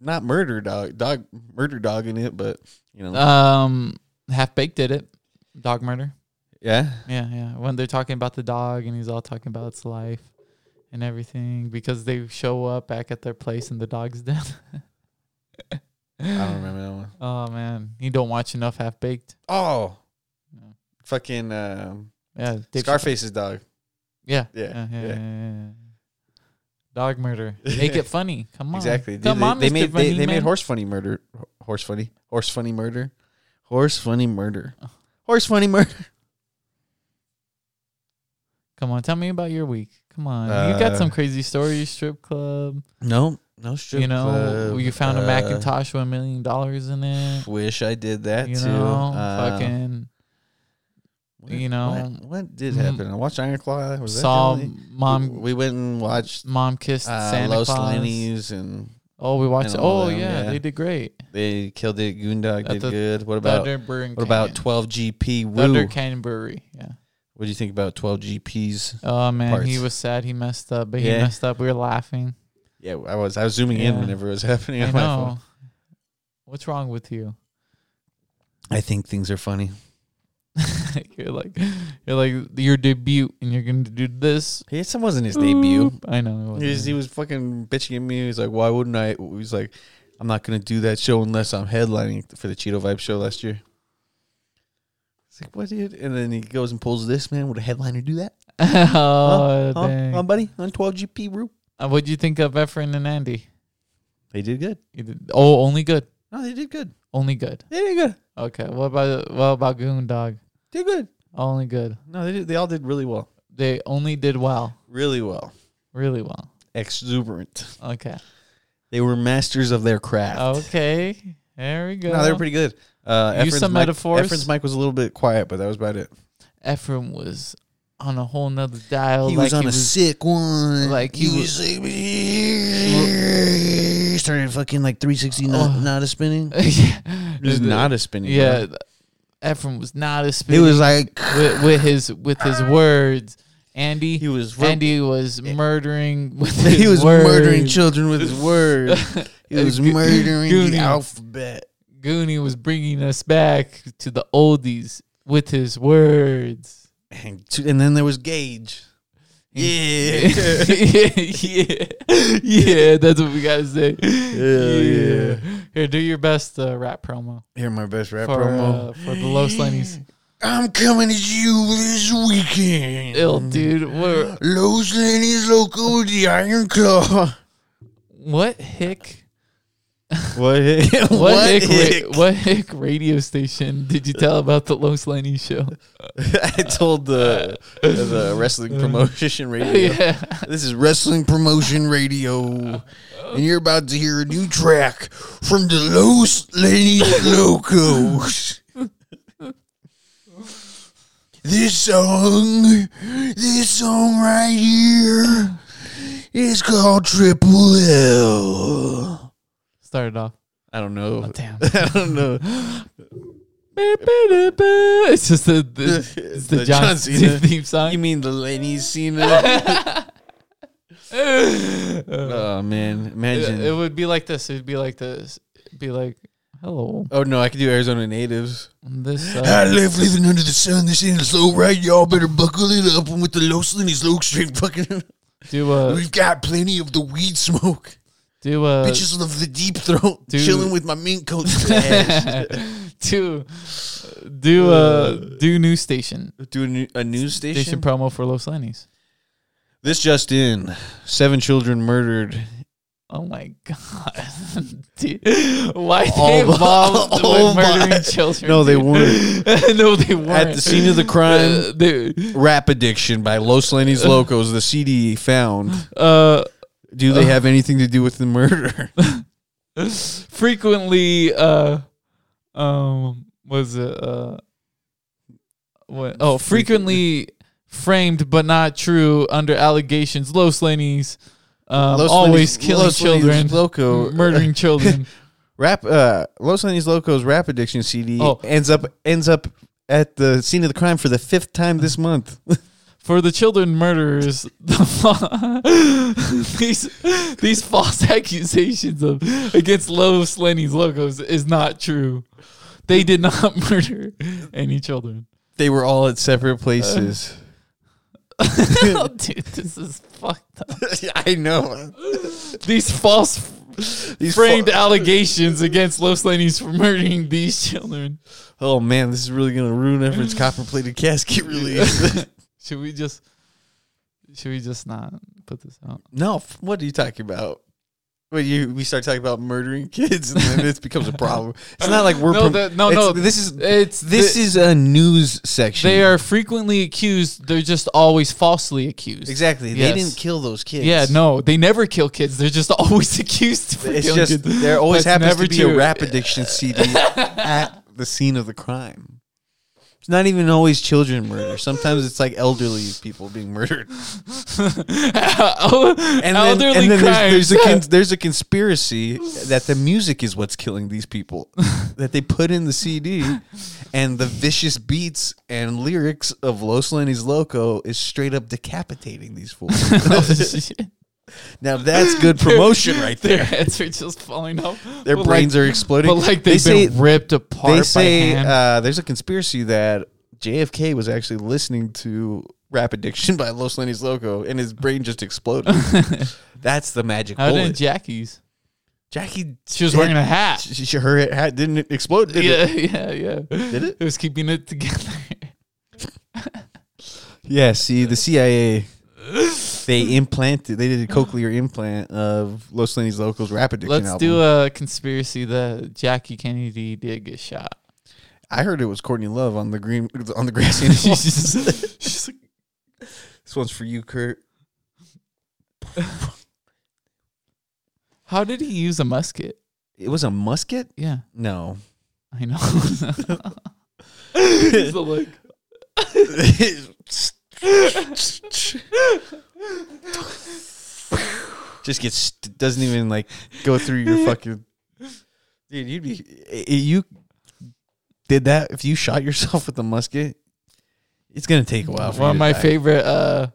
Speaker 3: not murder dog, dog murder dog in it, but you know,
Speaker 2: Um, half baked did it. Dog murder.
Speaker 3: yeah.
Speaker 2: Yeah, yeah. When they're talking about the dog and he's all talking about its life and everything because they show up back at their place and the dog's dead.
Speaker 3: I don't remember that one.
Speaker 2: Oh man, you don't watch enough half baked.
Speaker 3: Oh,
Speaker 2: Yeah.
Speaker 3: fucking um,
Speaker 2: Yeah, Dave
Speaker 3: Scarface's dog.
Speaker 2: Yeah.
Speaker 3: Yeah,
Speaker 2: yeah,
Speaker 3: yeah.
Speaker 2: yeah. Dog murder. Make it funny. Come on.
Speaker 3: Exactly.
Speaker 2: Come
Speaker 3: they,
Speaker 2: on.
Speaker 3: they
Speaker 2: Mr.
Speaker 3: made they,
Speaker 2: Funny
Speaker 3: they made
Speaker 2: Man.
Speaker 3: horse funny murder. Ho- Horse funny. Horse funny murder. Horse funny murder. Horse funny murder.
Speaker 2: Come on. Tell me about your week. Come on. you got
Speaker 3: Uh,
Speaker 2: some crazy stories. Strip club.
Speaker 3: No, no strip.
Speaker 2: you know,
Speaker 3: club.
Speaker 2: you found a
Speaker 3: Uh,
Speaker 2: Macintosh with a million dollars in it.
Speaker 3: Wish I did that
Speaker 2: You
Speaker 3: too.
Speaker 2: know,
Speaker 3: Uh,
Speaker 2: fucking
Speaker 3: what-
Speaker 2: you know,
Speaker 3: what, what did
Speaker 2: mm,
Speaker 3: happen? I watched Iron Claw. Was that the
Speaker 2: saw
Speaker 3: only-
Speaker 2: mom.
Speaker 3: We went and watched
Speaker 2: Mom kissed
Speaker 3: uh,
Speaker 2: Santa
Speaker 3: Los
Speaker 2: Claus.
Speaker 3: Lenny's and
Speaker 2: Oh, we watched.
Speaker 3: and all
Speaker 2: Oh
Speaker 3: them,
Speaker 2: yeah,
Speaker 3: yeah.
Speaker 2: they did great.
Speaker 3: They killed it. Goondog
Speaker 2: At
Speaker 3: did
Speaker 2: the
Speaker 3: good. What about
Speaker 2: Thunder Brewing
Speaker 3: what about
Speaker 2: Canyon.
Speaker 3: 12 GP?
Speaker 2: Thunder
Speaker 3: Woo.
Speaker 2: Canyon Brewery? Yeah.
Speaker 3: What do you think about 12 GPs?
Speaker 2: Oh man, he
Speaker 3: parts.
Speaker 2: was sad. He messed up, but he
Speaker 3: Yeah.
Speaker 2: messed up. We were laughing.
Speaker 3: Yeah, I was I was zooming in
Speaker 2: Yeah.
Speaker 3: whenever it was happening
Speaker 2: I
Speaker 3: on my phone.
Speaker 2: know. What's wrong with you?
Speaker 3: I think things are funny.
Speaker 2: you're like, you're like your debut, and you're gonna do this.
Speaker 3: This wasn't his debut.
Speaker 2: Oop. I know. It
Speaker 3: He was, he
Speaker 2: wasn't.
Speaker 3: was fucking bitching at me. He's like, "Why wouldn't I?" He's like, "I'm not gonna do that show unless I'm headlining for the Cheeto Vibe show last year." It's like, "What, dude?" And then he goes and pulls this man. Would a headliner do that?
Speaker 2: oh
Speaker 3: huh?
Speaker 2: dang!
Speaker 3: huh, buddy, on 12 GP route.
Speaker 2: Uh, what'd you think of Efren and Andy?
Speaker 3: They did good.
Speaker 2: You did- oh, only good,
Speaker 3: No, they did good.
Speaker 2: only good.
Speaker 3: They did good.
Speaker 2: Okay. What about what about Goon Dog?
Speaker 3: They did good.
Speaker 2: Only good.
Speaker 3: No, they did, they all did really well.
Speaker 2: They only did well,
Speaker 3: Really well.
Speaker 2: really well.
Speaker 3: Exuberant.
Speaker 2: Okay.
Speaker 3: They were masters of their craft.
Speaker 2: Oh, Okay. There we go.
Speaker 3: No, they were pretty good. Uh,
Speaker 2: Use
Speaker 3: Efren's
Speaker 2: some
Speaker 3: mic-
Speaker 2: metaphors.
Speaker 3: Efren's mic was a little bit quiet, but that was about it.
Speaker 2: Ephraim was on a whole nother dial.
Speaker 3: he
Speaker 2: like
Speaker 3: was on
Speaker 2: he
Speaker 3: a sick one.
Speaker 2: like he
Speaker 3: was, like, he started fucking like 360
Speaker 2: Oh.
Speaker 3: not, not a spinning.
Speaker 2: yeah,
Speaker 3: Just
Speaker 2: The-
Speaker 3: not a spinning.
Speaker 2: Yeah, th- Ephraim was not as
Speaker 3: He
Speaker 2: spitty
Speaker 3: was like,
Speaker 2: with, with his with his words. Andy,
Speaker 3: he was,
Speaker 2: Andy was murdering with his
Speaker 3: he was
Speaker 2: words.
Speaker 3: murdering children with his words. He was
Speaker 2: Go-
Speaker 3: murdering
Speaker 2: Goonies.
Speaker 3: the alphabet.
Speaker 2: Goonie was bringing us back to the oldies with his words.
Speaker 3: And, two, and then there was Gage.
Speaker 2: yeah,
Speaker 3: Yeah.
Speaker 2: yeah, yeah. That's what we gotta say.
Speaker 3: yeah.
Speaker 2: Here, do your best uh, rap promo
Speaker 3: Hear my best rap
Speaker 2: for
Speaker 3: promo.
Speaker 2: uh, for the Los Lennies.
Speaker 3: I'm coming to you this weekend.
Speaker 2: Ill, dude. We're,
Speaker 3: Los Lenny's Local with the Iron Claw.
Speaker 2: what hick?
Speaker 3: What hick?
Speaker 2: What, hick, ra- what hick radio station did you tell about the Los Lenny show?
Speaker 3: I told the the wrestling promotion radio.
Speaker 2: yeah.
Speaker 3: This is wrestling promotion radio, and you're about to hear a new track from the Los Lenny's Locos. this song, this song right here, is called Triple L.
Speaker 2: Started off. oh,
Speaker 3: I don't know.
Speaker 2: Damn.
Speaker 3: I don't know.
Speaker 2: It's just the, the, it's the, John, Cena theme song.
Speaker 3: You mean the Lenny Cena? oh man,
Speaker 2: it,
Speaker 3: imagine.
Speaker 2: it would be like this. It would be like this. It'd be like, hello.
Speaker 3: oh no, I could do Arizona natives.
Speaker 2: This uh,
Speaker 3: I live living under the sun. This ain't slow right. Y'all better buckle it up. And with Uh, the Los Lenny's low straight fucking,
Speaker 2: do a
Speaker 3: we've got plenty of the weed smoke.
Speaker 2: do uh
Speaker 3: Bitches love the deep throat.
Speaker 2: dude.
Speaker 3: Chilling with my mink coat. stash.
Speaker 2: do do uh do news station
Speaker 3: Do a, new, a news
Speaker 2: station,
Speaker 3: station.
Speaker 2: promo for Los Lanis.
Speaker 3: This just in: seven children murdered.
Speaker 2: Oh my god, dude! Why
Speaker 3: Oh
Speaker 2: they
Speaker 3: my-
Speaker 2: involved with
Speaker 3: oh my-
Speaker 2: murdering children?
Speaker 3: No, they
Speaker 2: dude?
Speaker 3: weren't.
Speaker 2: no, they weren't.
Speaker 3: At the scene of the crime,
Speaker 2: uh, dude,
Speaker 3: rap addiction by Los Lenis Locos. The CD found.
Speaker 2: uh,
Speaker 3: Do they have anything to do with the murder?
Speaker 2: frequently, uh, um, was it uh, what? Oh, frequently framed but not true under allegations. Los Lanis, um,
Speaker 3: Los
Speaker 2: always
Speaker 3: Lenis-
Speaker 2: killing
Speaker 3: Los Lenis
Speaker 2: children,
Speaker 3: Loco,
Speaker 2: murdering children.
Speaker 3: rap uh Los Angeles Locos rap addiction CD
Speaker 2: Oh.
Speaker 3: ends up ends up at the scene of the crime for the fifth time this month.
Speaker 2: for the children murderers, the fa- these these false accusations of against Los Lenny's logos is not true. They did not murder any children.
Speaker 3: they were all at separate places.
Speaker 2: Dude, this is fucked up.
Speaker 3: I know.
Speaker 2: These false
Speaker 3: These
Speaker 2: framed
Speaker 3: fu-
Speaker 2: allegations against Los Lenny's for murdering these children.
Speaker 3: oh man, this is really gonna ruin Everett's copper plated casket release.
Speaker 2: Should we just should we just not put this out?
Speaker 3: no, f- what are you talking about? Well, you we start talking about murdering kids, and then this becomes a problem. It's not like we're
Speaker 2: No,
Speaker 3: prom-
Speaker 2: that- no,
Speaker 3: it's-
Speaker 2: no.
Speaker 3: This is
Speaker 2: It's
Speaker 3: this
Speaker 2: the-
Speaker 3: is a news section.
Speaker 2: they are frequently accused. They're just always falsely accused.
Speaker 3: exactly.
Speaker 2: Yes.
Speaker 3: They didn't kill those kids.
Speaker 2: Yeah, no, they never kill kids. They're just always accused. For
Speaker 3: It's
Speaker 2: killing
Speaker 3: just
Speaker 2: kids.
Speaker 3: there always
Speaker 2: That's
Speaker 3: happens
Speaker 2: never
Speaker 3: to be a
Speaker 2: true.
Speaker 3: rap addiction CD at the scene of the crime. It's not even always children murder. Sometimes it's like elderly people being murdered.
Speaker 2: Oh,
Speaker 3: And then,
Speaker 2: elderly
Speaker 3: and then
Speaker 2: crimes.
Speaker 3: there's, there's a con- there's a conspiracy that the music is what's killing these people. that they put in the CD, and the vicious beats and lyrics of Los Lenny's Loco is straight up decapitating these fools.
Speaker 2: Oh,
Speaker 3: now that's good promotion right
Speaker 2: Their
Speaker 3: there.
Speaker 2: heads are just falling off.
Speaker 3: Their brains are exploding.
Speaker 2: But like they've
Speaker 3: say
Speaker 2: been ripped apart.
Speaker 3: they say
Speaker 2: by hand.
Speaker 3: uh, there's a conspiracy that JFK was actually listening to Rap Addiction by Los Lenny's Loco and his brain just exploded. That's the magic
Speaker 2: uh, how
Speaker 3: bullet.
Speaker 2: did Jackie's?
Speaker 3: Jackie,
Speaker 2: She was
Speaker 3: had-
Speaker 2: wearing a hat.
Speaker 3: She, she- her hat didn't explode, did
Speaker 2: Yeah,
Speaker 3: it?
Speaker 2: yeah, yeah. Did
Speaker 3: it?
Speaker 2: It was keeping it together.
Speaker 3: Yeah, see, the CIA, they implanted, they did a cochlear implant of Los Lenny's Loco's Rap Addiction
Speaker 2: Let's
Speaker 3: album.
Speaker 2: do a conspiracy that Jackie Kennedy did get shot.
Speaker 3: I heard it was Courtney Love on the green, on the grassy knoll.
Speaker 2: She's- she's like,
Speaker 3: This one's for you, Kurt.
Speaker 2: how did he use a musket?
Speaker 3: It was a musket?
Speaker 2: Yeah.
Speaker 3: No.
Speaker 2: I know. He's the look.
Speaker 3: just gets doesn't even like go through your fucking dude you'd be i- i- you did that if you shot yourself with a musket it's gonna take a while for
Speaker 2: One of
Speaker 3: you
Speaker 2: my
Speaker 3: to die.
Speaker 2: favorite uh,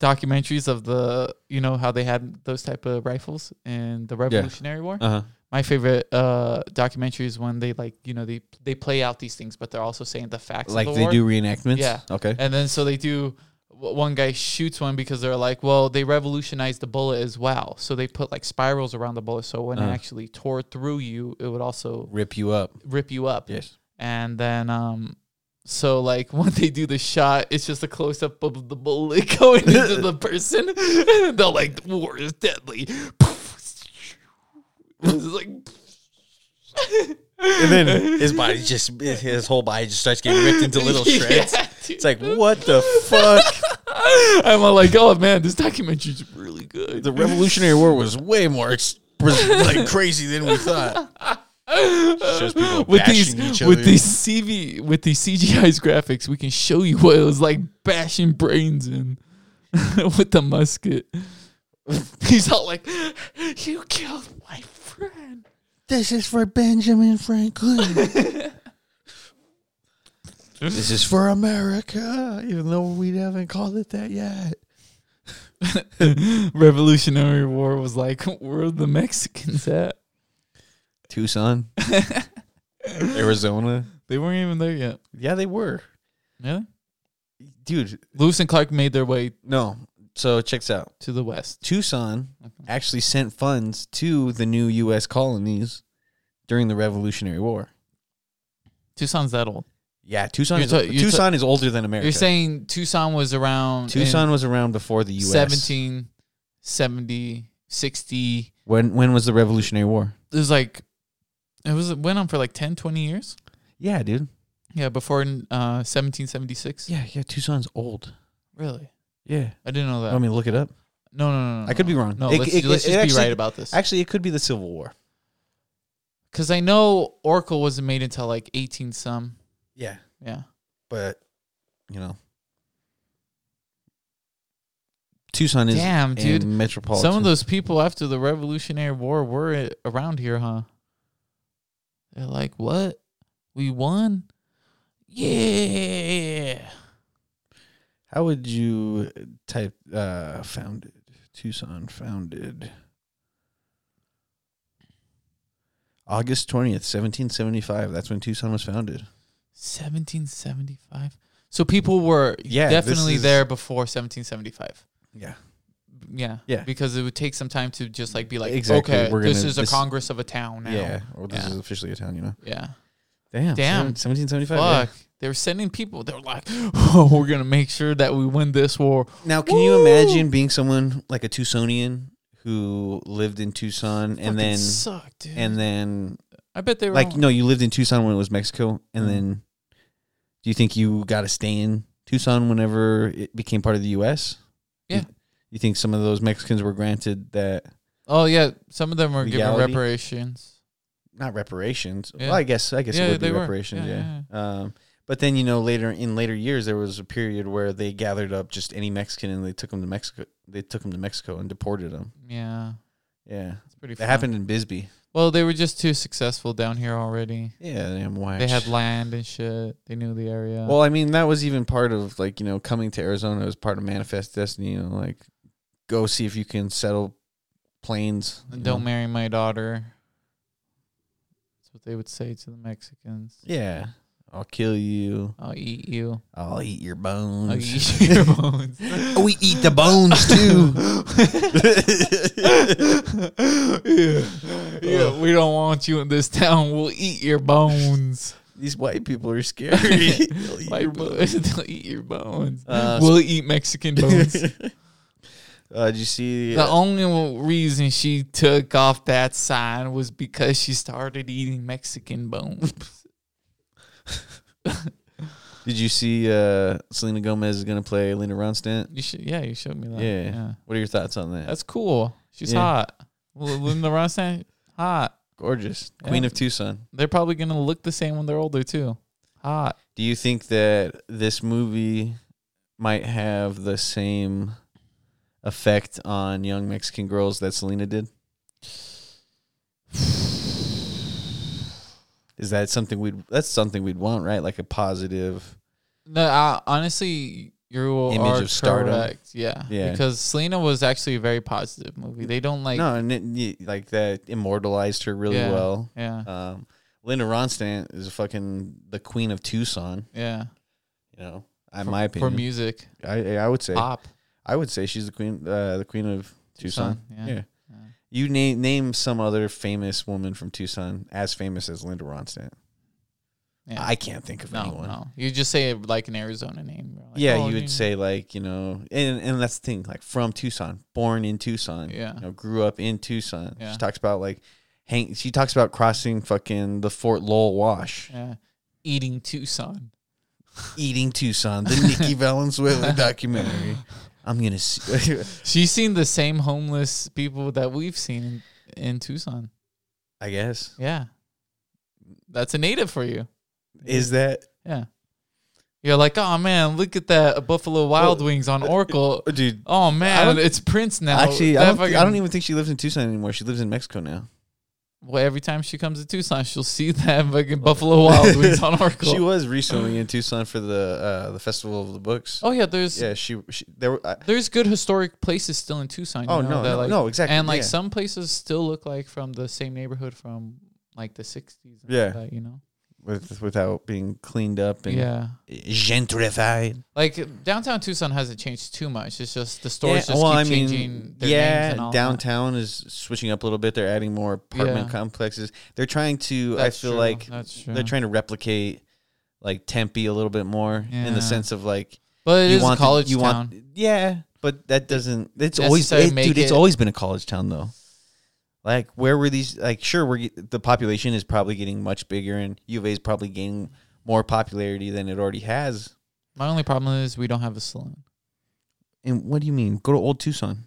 Speaker 2: documentaries of the, you know, how they had those type of rifles in the Revolutionary War.
Speaker 3: uh-huh
Speaker 2: My favorite uh, documentary is when they like, you know, they they play out these things, but they're also saying the facts.
Speaker 3: like
Speaker 2: of the
Speaker 3: they
Speaker 2: war.
Speaker 3: do reenactments
Speaker 2: Yeah.
Speaker 3: okay
Speaker 2: And then so they do. w- One guy shoots one because they're like, well, they revolutionized the bullet as well. So they put like spirals around the bullet, so when it
Speaker 3: Uh-huh.
Speaker 2: actually tore through you, it would also
Speaker 3: rip you up
Speaker 2: rip you up.
Speaker 3: yes
Speaker 2: and then um so like when they do the shot it's just a close up of the bullet going into the person and they're like the war is deadly It's like
Speaker 3: and then his body just his whole body just starts getting ripped into little
Speaker 2: Yeah,
Speaker 3: shreds
Speaker 2: dude.
Speaker 3: it's like what the fuck
Speaker 2: i'm all like oh man this documentary's really good
Speaker 3: the revolutionary war was way more ex- was like crazy than we thought Shows people
Speaker 2: with
Speaker 3: bashing
Speaker 2: these
Speaker 3: each
Speaker 2: with
Speaker 3: other.
Speaker 2: these cv with these cgi's graphics we can show you what it was like bashing brains in with the musket he's all like you killed my friend
Speaker 3: This is for Benjamin Franklin. this is for America, even though we haven't called it that yet.
Speaker 2: revolutionary war was like where are the mexicans at
Speaker 3: Tucson, Arizona.
Speaker 2: they weren't even there yet
Speaker 3: Yeah, they were.
Speaker 2: really
Speaker 3: Dude,
Speaker 2: lewis and clark made their way
Speaker 3: no. So check this out.
Speaker 2: to the west.
Speaker 3: Tucson
Speaker 2: Okay.
Speaker 3: actually sent funds to the new U.S. colonies during the Revolutionary War.
Speaker 2: Tucson's that old.
Speaker 3: Yeah, Tucson.
Speaker 2: You're
Speaker 3: Is,
Speaker 2: ta- you're ta-
Speaker 3: Tucson is older than America.
Speaker 2: You're saying Tucson was around in
Speaker 3: Tucson was around before the U.S.
Speaker 2: 17, 70, 60.
Speaker 3: When when was the Revolutionary War?
Speaker 2: It was like it was it went on for like 10, 20 years.
Speaker 3: Yeah, dude.
Speaker 2: Yeah, before uh 1776.
Speaker 3: Yeah, yeah. Tucson's old.
Speaker 2: Really?
Speaker 3: Yeah.
Speaker 2: I didn't know that.
Speaker 3: I mean, look it up.
Speaker 2: no, no, no, no.
Speaker 3: I could
Speaker 2: no.
Speaker 3: be wrong.
Speaker 2: No,
Speaker 3: It-
Speaker 2: let's,
Speaker 3: it-
Speaker 2: let's just
Speaker 3: it
Speaker 2: be
Speaker 3: actually-
Speaker 2: right about this.
Speaker 3: Actually, it could be the Civil War.
Speaker 2: Because I know Oracle wasn't made until like 18 some.
Speaker 3: Yeah,
Speaker 2: Yeah.
Speaker 3: but you know, Tucson is
Speaker 2: Damn,
Speaker 3: a
Speaker 2: dude.
Speaker 3: metropolitan.
Speaker 2: Some of those people after the Revolutionary War were i- around here, huh? They're like, what? We won? Yeah.
Speaker 3: How would you type uh founded Tucson founded August 20th, 1775. That's when Tucson was founded.
Speaker 2: 1775. So people were
Speaker 3: Yeah, this
Speaker 2: definitely
Speaker 3: is-
Speaker 2: there before 1775.
Speaker 3: Yeah.
Speaker 2: Yeah.
Speaker 3: Yeah.
Speaker 2: Because it would take some time to just like be like,
Speaker 3: Exactly,
Speaker 2: okay,
Speaker 3: we're
Speaker 2: this
Speaker 3: gonna-
Speaker 2: is a
Speaker 3: this-
Speaker 2: Congress of a town now.
Speaker 3: Yeah. Well, this
Speaker 2: Yeah.
Speaker 3: is officially a town, you know.
Speaker 2: Yeah.
Speaker 3: Damn.
Speaker 2: Damn.
Speaker 3: 1775. yeah.
Speaker 2: Fuck. They were sending people. They were like, oh, we're going to make sure that we win this war.
Speaker 3: Now, can you
Speaker 2: Woo!
Speaker 3: imagine being someone like a Tucsonian who lived in Tucson and then
Speaker 2: suck, dude.
Speaker 3: and then
Speaker 2: I bet they were
Speaker 3: like
Speaker 2: all-
Speaker 3: no, you lived in Tucson when it was Mexico, and
Speaker 2: Mm.
Speaker 3: then do you think you got to stay in Tucson whenever it became part of the U.S.?
Speaker 2: Yeah.
Speaker 3: You, you think some of those Mexicans were granted that
Speaker 2: Oh yeah, some of them were given
Speaker 3: Legality?
Speaker 2: reparations.
Speaker 3: not reparations?
Speaker 2: Yeah.
Speaker 3: Well, I guess I guess
Speaker 2: Yeah,
Speaker 3: it would be
Speaker 2: they were.
Speaker 3: reparations.
Speaker 2: Yeah,
Speaker 3: Yeah.
Speaker 2: yeah,
Speaker 3: Um, but then you know later in later years there was a period where they gathered up just any Mexican and they took them to Mexico. They took them to Mexico and deported them.
Speaker 2: Yeah,
Speaker 3: Yeah.
Speaker 2: it's pretty.
Speaker 3: That
Speaker 2: Fun.
Speaker 3: happened in Bisbee.
Speaker 2: Well, they were just too successful down here already.
Speaker 3: Yeah, damn whack.
Speaker 2: They had land and shit. They knew the area.
Speaker 3: Well, I mean, that was even part of like you know coming to Arizona was part of Manifest Destiny. You know, like go see if you can settle planes. you
Speaker 2: And don't
Speaker 3: know?
Speaker 2: marry my daughter. That's what they would say to the Mexicans.
Speaker 3: yeah, I'll kill you.
Speaker 2: I'll eat you.
Speaker 3: I'll eat your
Speaker 2: I'll
Speaker 3: bones.
Speaker 2: eat your bones.
Speaker 3: we eat the bones too.
Speaker 2: yeah. yeah, we don't want you in this town. We'll eat your bones.
Speaker 3: These white people are scary. They'll eat your
Speaker 2: Like,
Speaker 3: bones.
Speaker 2: they'll eat your bones.
Speaker 3: Uh,
Speaker 2: we'll eat Mexican bones.
Speaker 3: uh, did you see?
Speaker 2: The only reason she took off that sign was because she started eating Mexican bones.
Speaker 3: did you see? Uh, Selena Gomez is gonna play Lena Ronstadt.
Speaker 2: You should, yeah, you showed me that.
Speaker 3: Yeah. What are your thoughts on that?
Speaker 2: that's cool. She's
Speaker 3: Yeah.
Speaker 2: hot. Lil- Linda Ronstadt, hot.
Speaker 3: gorgeous. Queen
Speaker 2: Yeah.
Speaker 3: of Tucson.
Speaker 2: They're probably gonna look the same when they're older too. Hot.
Speaker 3: Do you think that this movie might have the same effect on young Mexican girls that Selena did? Is that something we'd that's something we'd want, right? Like a positive
Speaker 2: No, I, honestly, you
Speaker 3: Image
Speaker 2: are
Speaker 3: of stardom.
Speaker 2: correct. Yeah,
Speaker 3: Yeah.
Speaker 2: Because Selena was actually a very positive movie. They don't like.
Speaker 3: no, and it, y- like that immortalized her really
Speaker 2: Yeah.
Speaker 3: well.
Speaker 2: Yeah.
Speaker 3: Um, Linda Ronstadt is fucking the queen of Tucson,
Speaker 2: yeah.
Speaker 3: you know. In my
Speaker 2: For
Speaker 3: opinion,
Speaker 2: music,
Speaker 3: I I would say
Speaker 2: pop.
Speaker 3: I would say she's the queen uh, the queen of Tucson.
Speaker 2: Tucson, yeah.
Speaker 3: yeah.
Speaker 2: Yeah.
Speaker 3: You name name some other famous woman from Tucson as famous as Linda Ronstadt.
Speaker 2: Yeah.
Speaker 3: I can't think of
Speaker 2: No,
Speaker 3: anyone.
Speaker 2: no. You just say like an Arizona name. You're like,
Speaker 3: yeah,
Speaker 2: oh,
Speaker 3: you would say like you know, and and that's the thing, like from Tucson, born in Tucson,
Speaker 2: Yeah.
Speaker 3: you know, grew up in Tucson.
Speaker 2: Yeah.
Speaker 3: She talks about like, hang. She talks about crossing fucking the Fort Lowell Wash,
Speaker 2: Yeah. Eating Tucson.
Speaker 3: eating Tucson, the Nikki Valenzuela documentary. I'm gonna see.
Speaker 2: She's seen the same homeless people that we've seen in, in Tucson.
Speaker 3: I guess
Speaker 2: Yeah. That's a native for you.
Speaker 3: is that
Speaker 2: Yeah. You're like, oh man, look at that Buffalo Wild Wings on Oracle.
Speaker 3: dude?
Speaker 2: Oh man,
Speaker 3: don't-
Speaker 2: it's Prince now.
Speaker 3: Actually, I
Speaker 2: That
Speaker 3: don't, thi- I
Speaker 2: fucking-
Speaker 3: don't even think she lives in Tucson anymore. She lives in Mexico now.
Speaker 2: Well, every time she comes to Tucson, she'll see that fucking Buffalo Wild Wings on Oracle.
Speaker 3: She was recently in Tucson for the uh, the festival of the books.
Speaker 2: oh yeah, there's
Speaker 3: Yeah, she, she there. Were, uh, I,
Speaker 2: there's good historic places still in Tucson. you
Speaker 3: oh
Speaker 2: know,
Speaker 3: no,
Speaker 2: that,
Speaker 3: no,
Speaker 2: like,
Speaker 3: no, exactly.
Speaker 2: and like
Speaker 3: yeah.
Speaker 2: some places still look like from the same neighborhood from like the 60s and
Speaker 3: Yeah.
Speaker 2: all that, you know
Speaker 3: with without being cleaned up and
Speaker 2: yeah.
Speaker 3: gentrified.
Speaker 2: Like downtown Tucson hasn't changed too much. It's just the stores
Speaker 3: Yeah,
Speaker 2: just keep changing their names and all that.
Speaker 3: downtown is switching up a little bit. They're adding more apartment
Speaker 2: Yeah.
Speaker 3: complexes. They're trying to. I
Speaker 2: That's
Speaker 3: feel
Speaker 2: true.
Speaker 3: like
Speaker 2: that's true.
Speaker 3: they're trying to replicate like Tempe a little bit more in
Speaker 2: Yeah.
Speaker 3: the sense of like
Speaker 2: but it is a
Speaker 3: want
Speaker 2: college
Speaker 3: you
Speaker 2: town.
Speaker 3: want yeah, but that doesn't. It's always
Speaker 2: Necessarily
Speaker 3: it-
Speaker 2: make
Speaker 3: dude. It's
Speaker 2: it-
Speaker 3: always been a college town though. Like where were these? Like sure, we're get- the population is probably getting much bigger, and U of A is probably gaining more popularity than it already has.
Speaker 2: My only problem is we don't have a saloon.
Speaker 3: And what do you mean? Go to Old Tucson.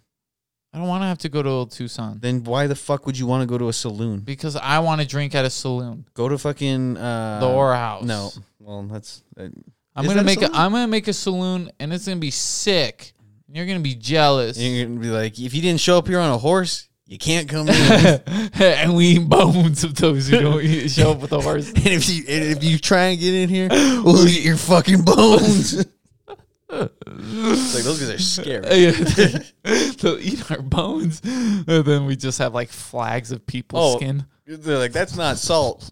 Speaker 2: I don't want to have to go to old Tucson
Speaker 3: Then why the fuck would you want to go to a saloon?
Speaker 2: because I want to drink at a saloon,
Speaker 3: Go to fucking uh,
Speaker 2: the Aura House.
Speaker 3: No, well that's uh,
Speaker 2: I'm gonna
Speaker 3: Is that a
Speaker 2: make a,
Speaker 3: saloon?
Speaker 2: I'm gonna make a saloon and it's gonna be sick. And you're gonna be jealous.
Speaker 3: you're gonna be like if you didn't show up here on a horse, you can't come in.
Speaker 2: and we eat bones of those who don't eat- show up with a horse.
Speaker 3: And if you and if you try and get in here, we'll eat your fucking bones. it's like those guys are scary.
Speaker 2: Yeah. They'll eat our bones. And then we just have like flags of people's
Speaker 3: Oh.
Speaker 2: skin.
Speaker 3: They're like, that's not salt.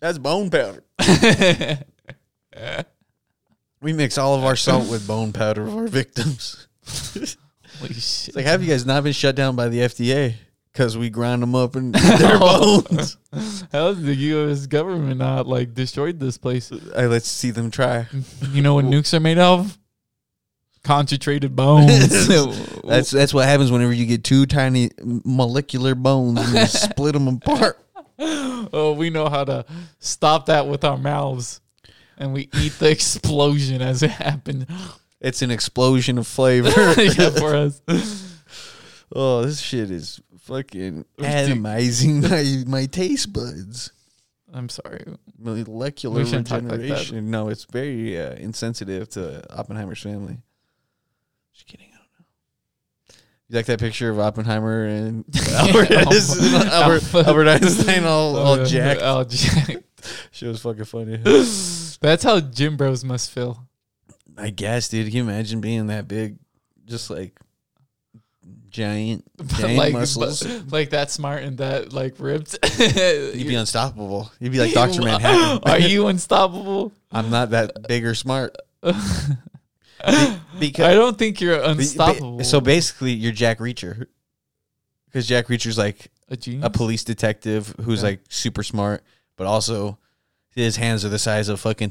Speaker 3: That's bone powder. We mix all of our salt with bone powder of our victims. it's
Speaker 2: Holy shit.
Speaker 3: like, have you guys not been shut down by the FDA? Because we grind them up and eat their bones.
Speaker 2: How did the US government not like destroyed this place?
Speaker 3: Hey, let's see them try.
Speaker 2: You know what nukes are made of? Concentrated bones.
Speaker 3: That's that's what happens whenever you get two tiny molecular bones and you split them apart.
Speaker 2: oh, we know how to stop that with our mouths. And we eat the explosion as it happened.
Speaker 3: It's an explosion of flavor.
Speaker 2: yeah, for us.
Speaker 3: Oh, this shit is fucking atomizing my, my taste buds.
Speaker 2: I'm sorry.
Speaker 3: Molecular
Speaker 2: We shouldn't talk like that.
Speaker 3: regeneration. no, it's very uh, insensitive to Oppenheimer's family. Just kidding. I don't know. You like that picture of Oppenheimer and
Speaker 2: Oh
Speaker 3: Albert,
Speaker 2: Alpha-
Speaker 3: Albert,
Speaker 2: Alpha-
Speaker 3: Albert Einstein all,
Speaker 2: Oh,
Speaker 3: all jacked?
Speaker 2: All jacked.
Speaker 3: She was fucking funny.
Speaker 2: That's how gym bros must feel.
Speaker 3: I guess, dude. Can you imagine being that big? Just like giant, giant
Speaker 2: like,
Speaker 3: muscles.
Speaker 2: but- like that smart and that like ripped.
Speaker 3: You'd be unstoppable. You'd be like Dr. Manhattan.
Speaker 2: Are you unstoppable?
Speaker 3: I'm not that big or smart.
Speaker 2: I
Speaker 3: Because
Speaker 2: don't think you're unstoppable.
Speaker 3: so basically, you're Jack Reacher. Because Jack Reacher's like
Speaker 2: a genius.
Speaker 3: a police detective who's
Speaker 2: Mm. Yeah.
Speaker 3: like super smart, but also his hands are the size of fucking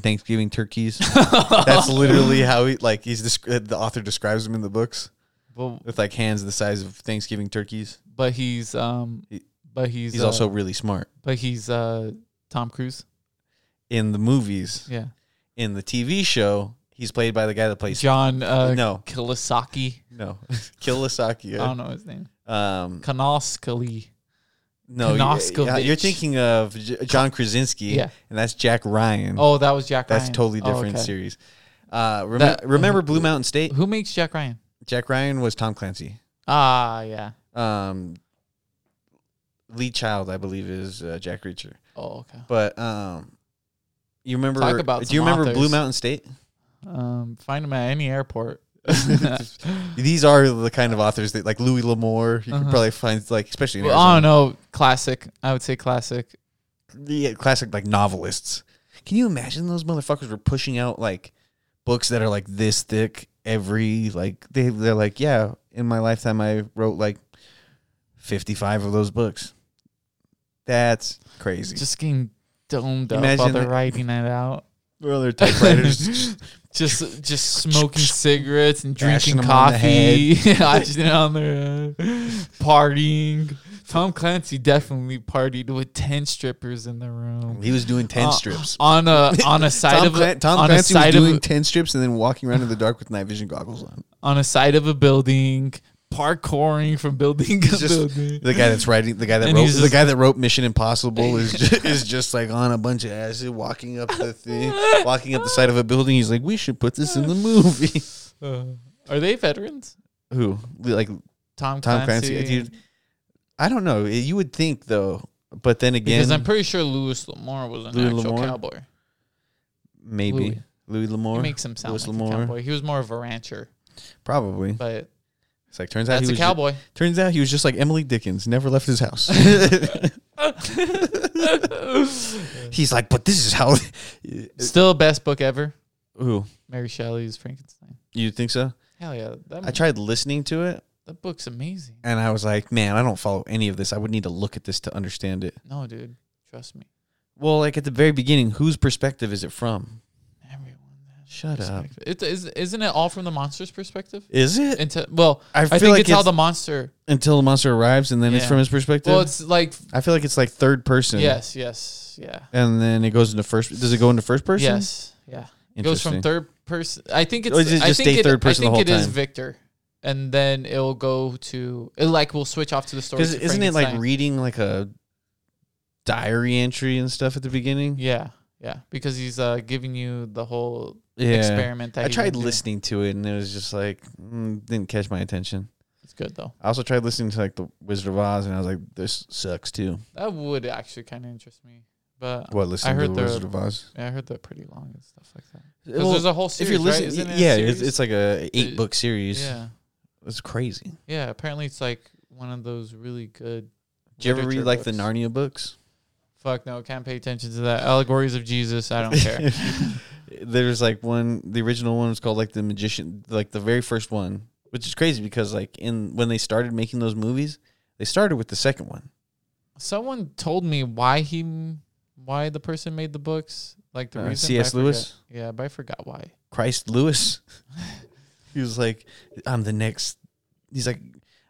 Speaker 3: Thanksgiving turkeys. That's literally how he like he's desc- the author describes him in the books
Speaker 2: but,
Speaker 3: with like hands the size of Thanksgiving turkeys.
Speaker 2: but he's um,
Speaker 3: He-
Speaker 2: but he's
Speaker 3: He's
Speaker 2: uh,
Speaker 3: also really smart
Speaker 2: but he's uh, Tom Cruise.
Speaker 3: in the movies.
Speaker 2: Yeah,
Speaker 3: In the TV show, he's played by the guy that plays
Speaker 2: John. Uh,
Speaker 3: no
Speaker 2: Kilisaki.
Speaker 3: no Kiyosaki.
Speaker 2: I don't know his name.
Speaker 3: Um,
Speaker 2: Kanoskali.
Speaker 3: No, you- yeah, you're
Speaker 2: Knoskovich.
Speaker 3: thinking of J- John Krasinski,
Speaker 2: Yeah.
Speaker 3: and that's Jack Ryan.
Speaker 2: Oh, that was Jack.
Speaker 3: Mm. that's
Speaker 2: Ryan.
Speaker 3: totally
Speaker 2: Oh,
Speaker 3: different
Speaker 2: okay.
Speaker 3: series. Uh, rem-
Speaker 2: That-
Speaker 3: remember Blue Mountain State?
Speaker 2: Who makes Jack Ryan?
Speaker 3: Jack Ryan was Tom Clancy.
Speaker 2: Ah, yeah.
Speaker 3: Um, Lee Child, I believe, is uh, Jack Reacher.
Speaker 2: Oh, okay.
Speaker 3: But um, you remember?
Speaker 2: Talk about
Speaker 3: do you
Speaker 2: some
Speaker 3: remember Blue
Speaker 2: authors.
Speaker 3: Mountain State?
Speaker 2: Um, find him at any airport.
Speaker 3: These are the kind of authors that, like Louis L'Amour, you
Speaker 2: Uh-huh.
Speaker 3: can probably find, like especially in
Speaker 2: Well, I
Speaker 3: Arizona,
Speaker 2: don't know. Classic. I would say classic.
Speaker 3: the classic like novelists. Can you imagine those motherfuckers were pushing out like books that are like this thick every like they they're like yeah in my lifetime I wrote like fifty five of those books. That's crazy.
Speaker 2: Just getting domed up while
Speaker 3: Imagine
Speaker 2: they're
Speaker 3: that-
Speaker 2: writing it out.
Speaker 3: other typewriters.
Speaker 2: Just just smoking cigarettes and
Speaker 3: Bashing
Speaker 2: drinking
Speaker 3: 'em on the
Speaker 2: coffee. I just on there uh, partying. Tom Clancy definitely partied with ten strippers in the room.
Speaker 3: he was doing ten
Speaker 2: Uh,
Speaker 3: strips.
Speaker 2: on a on a side
Speaker 3: Tom,
Speaker 2: of a,
Speaker 3: Clan- Tom
Speaker 2: on a
Speaker 3: Clancy
Speaker 2: side
Speaker 3: was
Speaker 2: of
Speaker 3: doing
Speaker 2: a-
Speaker 3: ten strips and then walking around in the dark with night vision goggles on.
Speaker 2: on a side of a building, parkouring from building to
Speaker 3: just-
Speaker 2: building.
Speaker 3: The guy that's writing, the guy that
Speaker 2: And
Speaker 3: wrote,
Speaker 2: he's
Speaker 3: the
Speaker 2: just-
Speaker 3: guy that wrote Mission Impossible is just, is just like on a bunch of acid, walking up the thing, walking up the side of a building. He's like, we should put this in the movie.
Speaker 2: Uh, are they veterans?
Speaker 3: Who like
Speaker 2: Tom,
Speaker 3: Tom Clancy? Dude, I don't know. You would think though, but then again,
Speaker 2: Because I'm pretty sure Louis L'Amour was an
Speaker 3: Louis
Speaker 2: actual
Speaker 3: L'Amour?
Speaker 2: cowboy.
Speaker 3: maybe Louis,
Speaker 2: Louis.
Speaker 3: L'Amour,
Speaker 2: He makes him sound
Speaker 3: Louis
Speaker 2: like
Speaker 3: L'Amour.
Speaker 2: a cowboy. He was more of a rancher,
Speaker 3: probably.
Speaker 2: but
Speaker 3: It's like turns out
Speaker 2: That's
Speaker 3: he
Speaker 2: a
Speaker 3: was ju-
Speaker 2: cowboy.
Speaker 3: turns out he was just like Emily Dickens, never left his house. He's like, but this is how.
Speaker 2: Still best book ever.
Speaker 3: Ooh,
Speaker 2: Mary Shelley's Frankenstein.
Speaker 3: you think so?
Speaker 2: Hell yeah, that,
Speaker 3: I tried listening to it,
Speaker 2: that book's amazing.
Speaker 3: and I was like, man, I don't follow any of this. I would need to look at this to understand it.
Speaker 2: No, dude, trust me.
Speaker 3: Well, like at the very beginning, whose perspective is it from?
Speaker 2: Everyone. has
Speaker 3: Shut up.
Speaker 2: perspective. It is isn't it all from the monster's perspective?
Speaker 3: Is it?
Speaker 2: Into well,
Speaker 3: I
Speaker 2: I,
Speaker 3: feel
Speaker 2: think
Speaker 3: like
Speaker 2: it's, how
Speaker 3: it's-
Speaker 2: the monster.
Speaker 3: Until the monster arrives, and then it's
Speaker 2: Yeah.
Speaker 3: from his perspective.
Speaker 2: Well, it's like
Speaker 3: I feel like it's like third person.
Speaker 2: yes, yes, yeah,
Speaker 3: And then it goes into first. Does it go into first person?
Speaker 2: yes, yeah. It goes from
Speaker 3: Interesting.
Speaker 2: third person. I think it's.
Speaker 3: Or does it
Speaker 2: I
Speaker 3: just
Speaker 2: think
Speaker 3: stay
Speaker 2: it-
Speaker 3: third person
Speaker 2: I
Speaker 3: the
Speaker 2: think
Speaker 3: whole
Speaker 2: it is
Speaker 3: time?
Speaker 2: Victor, and then it'll go to it. Like we'll switch off to the story.
Speaker 3: Because
Speaker 2: to
Speaker 3: isn't it like
Speaker 2: Frankenstein.
Speaker 3: reading like a diary entry and stuff at the beginning?
Speaker 2: yeah, yeah, because he's uh giving you the whole
Speaker 3: Yeah.
Speaker 2: experiment. That
Speaker 3: I
Speaker 2: he
Speaker 3: tried
Speaker 2: went through.
Speaker 3: listening to it and it was just like mm, didn't catch my attention.
Speaker 2: It's good though.
Speaker 3: I also tried listening to like the Wizard of Oz and I was like, this sucks too.
Speaker 2: That would actually kind of interest me, but
Speaker 3: What listening
Speaker 2: heard the-
Speaker 3: of Oz?
Speaker 2: yeah, I heard they're pretty long and stuff like that. 'Cause
Speaker 3: Well,
Speaker 2: there's a whole
Speaker 3: if
Speaker 2: series.
Speaker 3: you're
Speaker 2: right?
Speaker 3: listening,
Speaker 2: Isn't it a
Speaker 3: yeah, it's,
Speaker 2: series?
Speaker 3: it's like a eight book series.
Speaker 2: yeah,
Speaker 3: It's crazy.
Speaker 2: yeah. Apparently, it's like one of those really good.
Speaker 3: Did you ever
Speaker 2: literature
Speaker 3: read like the
Speaker 2: books.
Speaker 3: Narnia books?
Speaker 2: Fuck no, can't pay attention to that. Allegories of Jesus, I don't care.
Speaker 3: There's like one. The original one was called like the Magician, like the very first one, which is crazy because like in when they started making those movies, they started with the second one.
Speaker 2: Someone told me why he, why the person made the books, like the
Speaker 3: Uh,
Speaker 2: reason.
Speaker 3: C.S.
Speaker 2: but I
Speaker 3: Lewis?
Speaker 2: forget- Yeah, but I forgot why.
Speaker 3: Christ Lewis. he was like, I'm the next. He's like,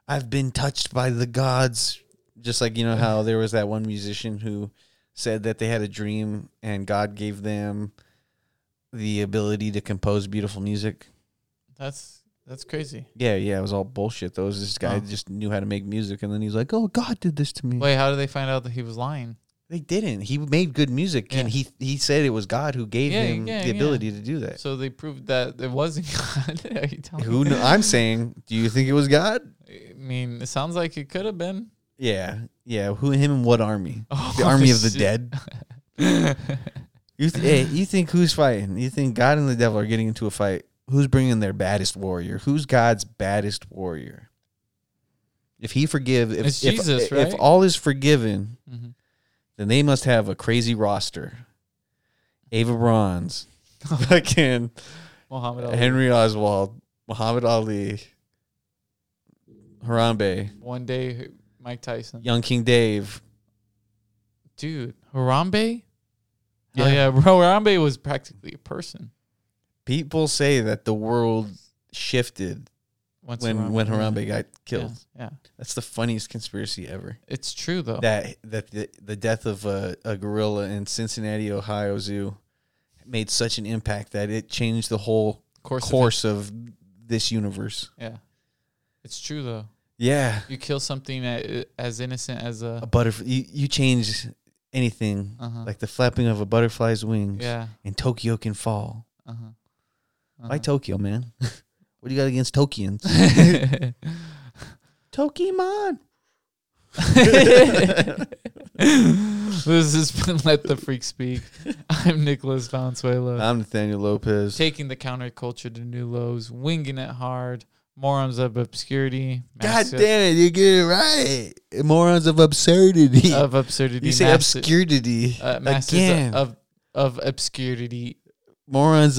Speaker 3: I've been touched by the gods. Just like, you know, how there was that one musician who said that they had a dream and God gave them the ability to compose beautiful music.
Speaker 2: That's that's crazy.
Speaker 3: Yeah, yeah, it was all bullshit. Though It was this guy
Speaker 2: Oh.
Speaker 3: just knew how to make music, and then he's like, "Oh, God did this to me."
Speaker 2: Wait, how did they find out that he was lying?
Speaker 3: They didn't. He made good music, and he he said it was God who gave
Speaker 2: Yeah,
Speaker 3: him
Speaker 2: yeah,
Speaker 3: the
Speaker 2: yeah.
Speaker 3: ability to do that.
Speaker 2: So they proved that it wasn't God. Are you telling
Speaker 3: Who
Speaker 2: me?
Speaker 3: kn- I'm saying, do you think it was God?
Speaker 2: I mean, it sounds like it could have been.
Speaker 3: Yeah, yeah. Who him and what army?
Speaker 2: Oh,
Speaker 3: the army of the
Speaker 2: shit.
Speaker 3: dead. You th- hey, you think who's fighting? You think God and the devil are getting into a fight? Who's bringing their baddest warrior? Who's God's baddest warrior? If he forgive, if
Speaker 2: It's
Speaker 3: if-
Speaker 2: Jesus,
Speaker 3: if,
Speaker 2: right?
Speaker 3: all is forgiven,
Speaker 2: Mhm.
Speaker 3: then they must have a crazy roster. Ava Bronze,
Speaker 2: Oh.
Speaker 3: fucking
Speaker 2: Muhammad Ali.
Speaker 3: Henry Oswald, Muhammad Ali, Harambe,
Speaker 2: One day, Mike Tyson.
Speaker 3: Young King Dave.
Speaker 2: Dude, Harambe?
Speaker 3: Yeah.
Speaker 2: Yeah. yeah, bro. Harambe was practically a person.
Speaker 3: People say that the world shifted
Speaker 2: Once
Speaker 3: when when Harambe got
Speaker 2: Yeah,
Speaker 3: killed.
Speaker 2: Yeah,
Speaker 3: That's the funniest conspiracy ever.
Speaker 2: It's true, though.
Speaker 3: That that the, the death of a, a gorilla in Cincinnati, Ohio Zoo, made such an impact that it changed the whole
Speaker 2: course. of
Speaker 3: course of this universe.
Speaker 2: it. Yeah. It's true, though.
Speaker 3: Yeah,
Speaker 2: You kill something a- as innocent as
Speaker 3: a
Speaker 2: a.
Speaker 3: butterfly. You, you change anything
Speaker 2: Uh-huh.
Speaker 3: like the flapping of a butterfly's wings,
Speaker 2: yeah. Uh-huh.
Speaker 3: and Tokyo can fall.
Speaker 2: Uh huh.
Speaker 3: Why Tokyo, man? what do you got against Tokians? Tokimon.
Speaker 2: this has been Let the Freak Speak. I'm Nicholas Valenzuela.
Speaker 3: I'm Nathaniel Lopez.
Speaker 2: taking the counterculture to new lows, winging it hard, morons of obscurity,
Speaker 3: God
Speaker 2: masses
Speaker 3: damn it, you get it right. Morons of absurdity.
Speaker 2: of absurdity,
Speaker 3: you say
Speaker 2: masses-
Speaker 3: obscurity.
Speaker 2: uh, masses
Speaker 3: Again.
Speaker 2: of of obscurity.
Speaker 3: Morons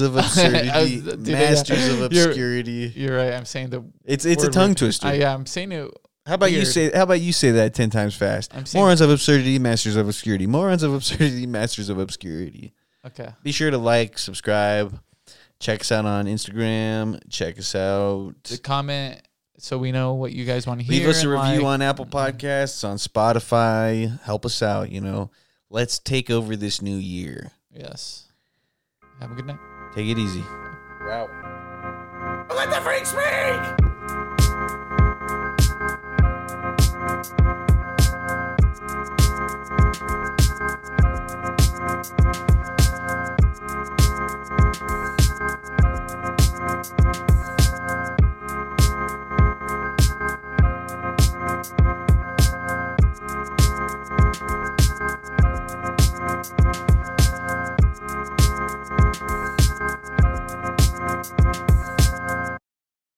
Speaker 3: of absurdity.
Speaker 2: Dude, yeah.
Speaker 3: masters of
Speaker 2: You're-
Speaker 3: obscurity.
Speaker 2: You're right. I'm saying the.
Speaker 3: It's it's a
Speaker 2: word
Speaker 3: tongue
Speaker 2: weird.
Speaker 3: twister.
Speaker 2: I, yeah, I'm saying it.
Speaker 3: how about you
Speaker 2: weird.
Speaker 3: say how about you say that ten times fast?
Speaker 2: I'm saying.
Speaker 3: Morons of absurdity, masters of obscurity. Morons of absurdity, masters of obscurity.
Speaker 2: Okay.
Speaker 3: Be sure to like, subscribe, check us out on Instagram, check us out.
Speaker 2: The comment, so we know what you guys want to hear.
Speaker 3: Leave us
Speaker 2: and
Speaker 3: a review
Speaker 2: like.
Speaker 3: on Apple Podcasts, on Spotify. Help us out, you know. Let's take over this new year.
Speaker 2: Yes. Have a good night.
Speaker 3: Take it easy.
Speaker 1: Let the freaks speak!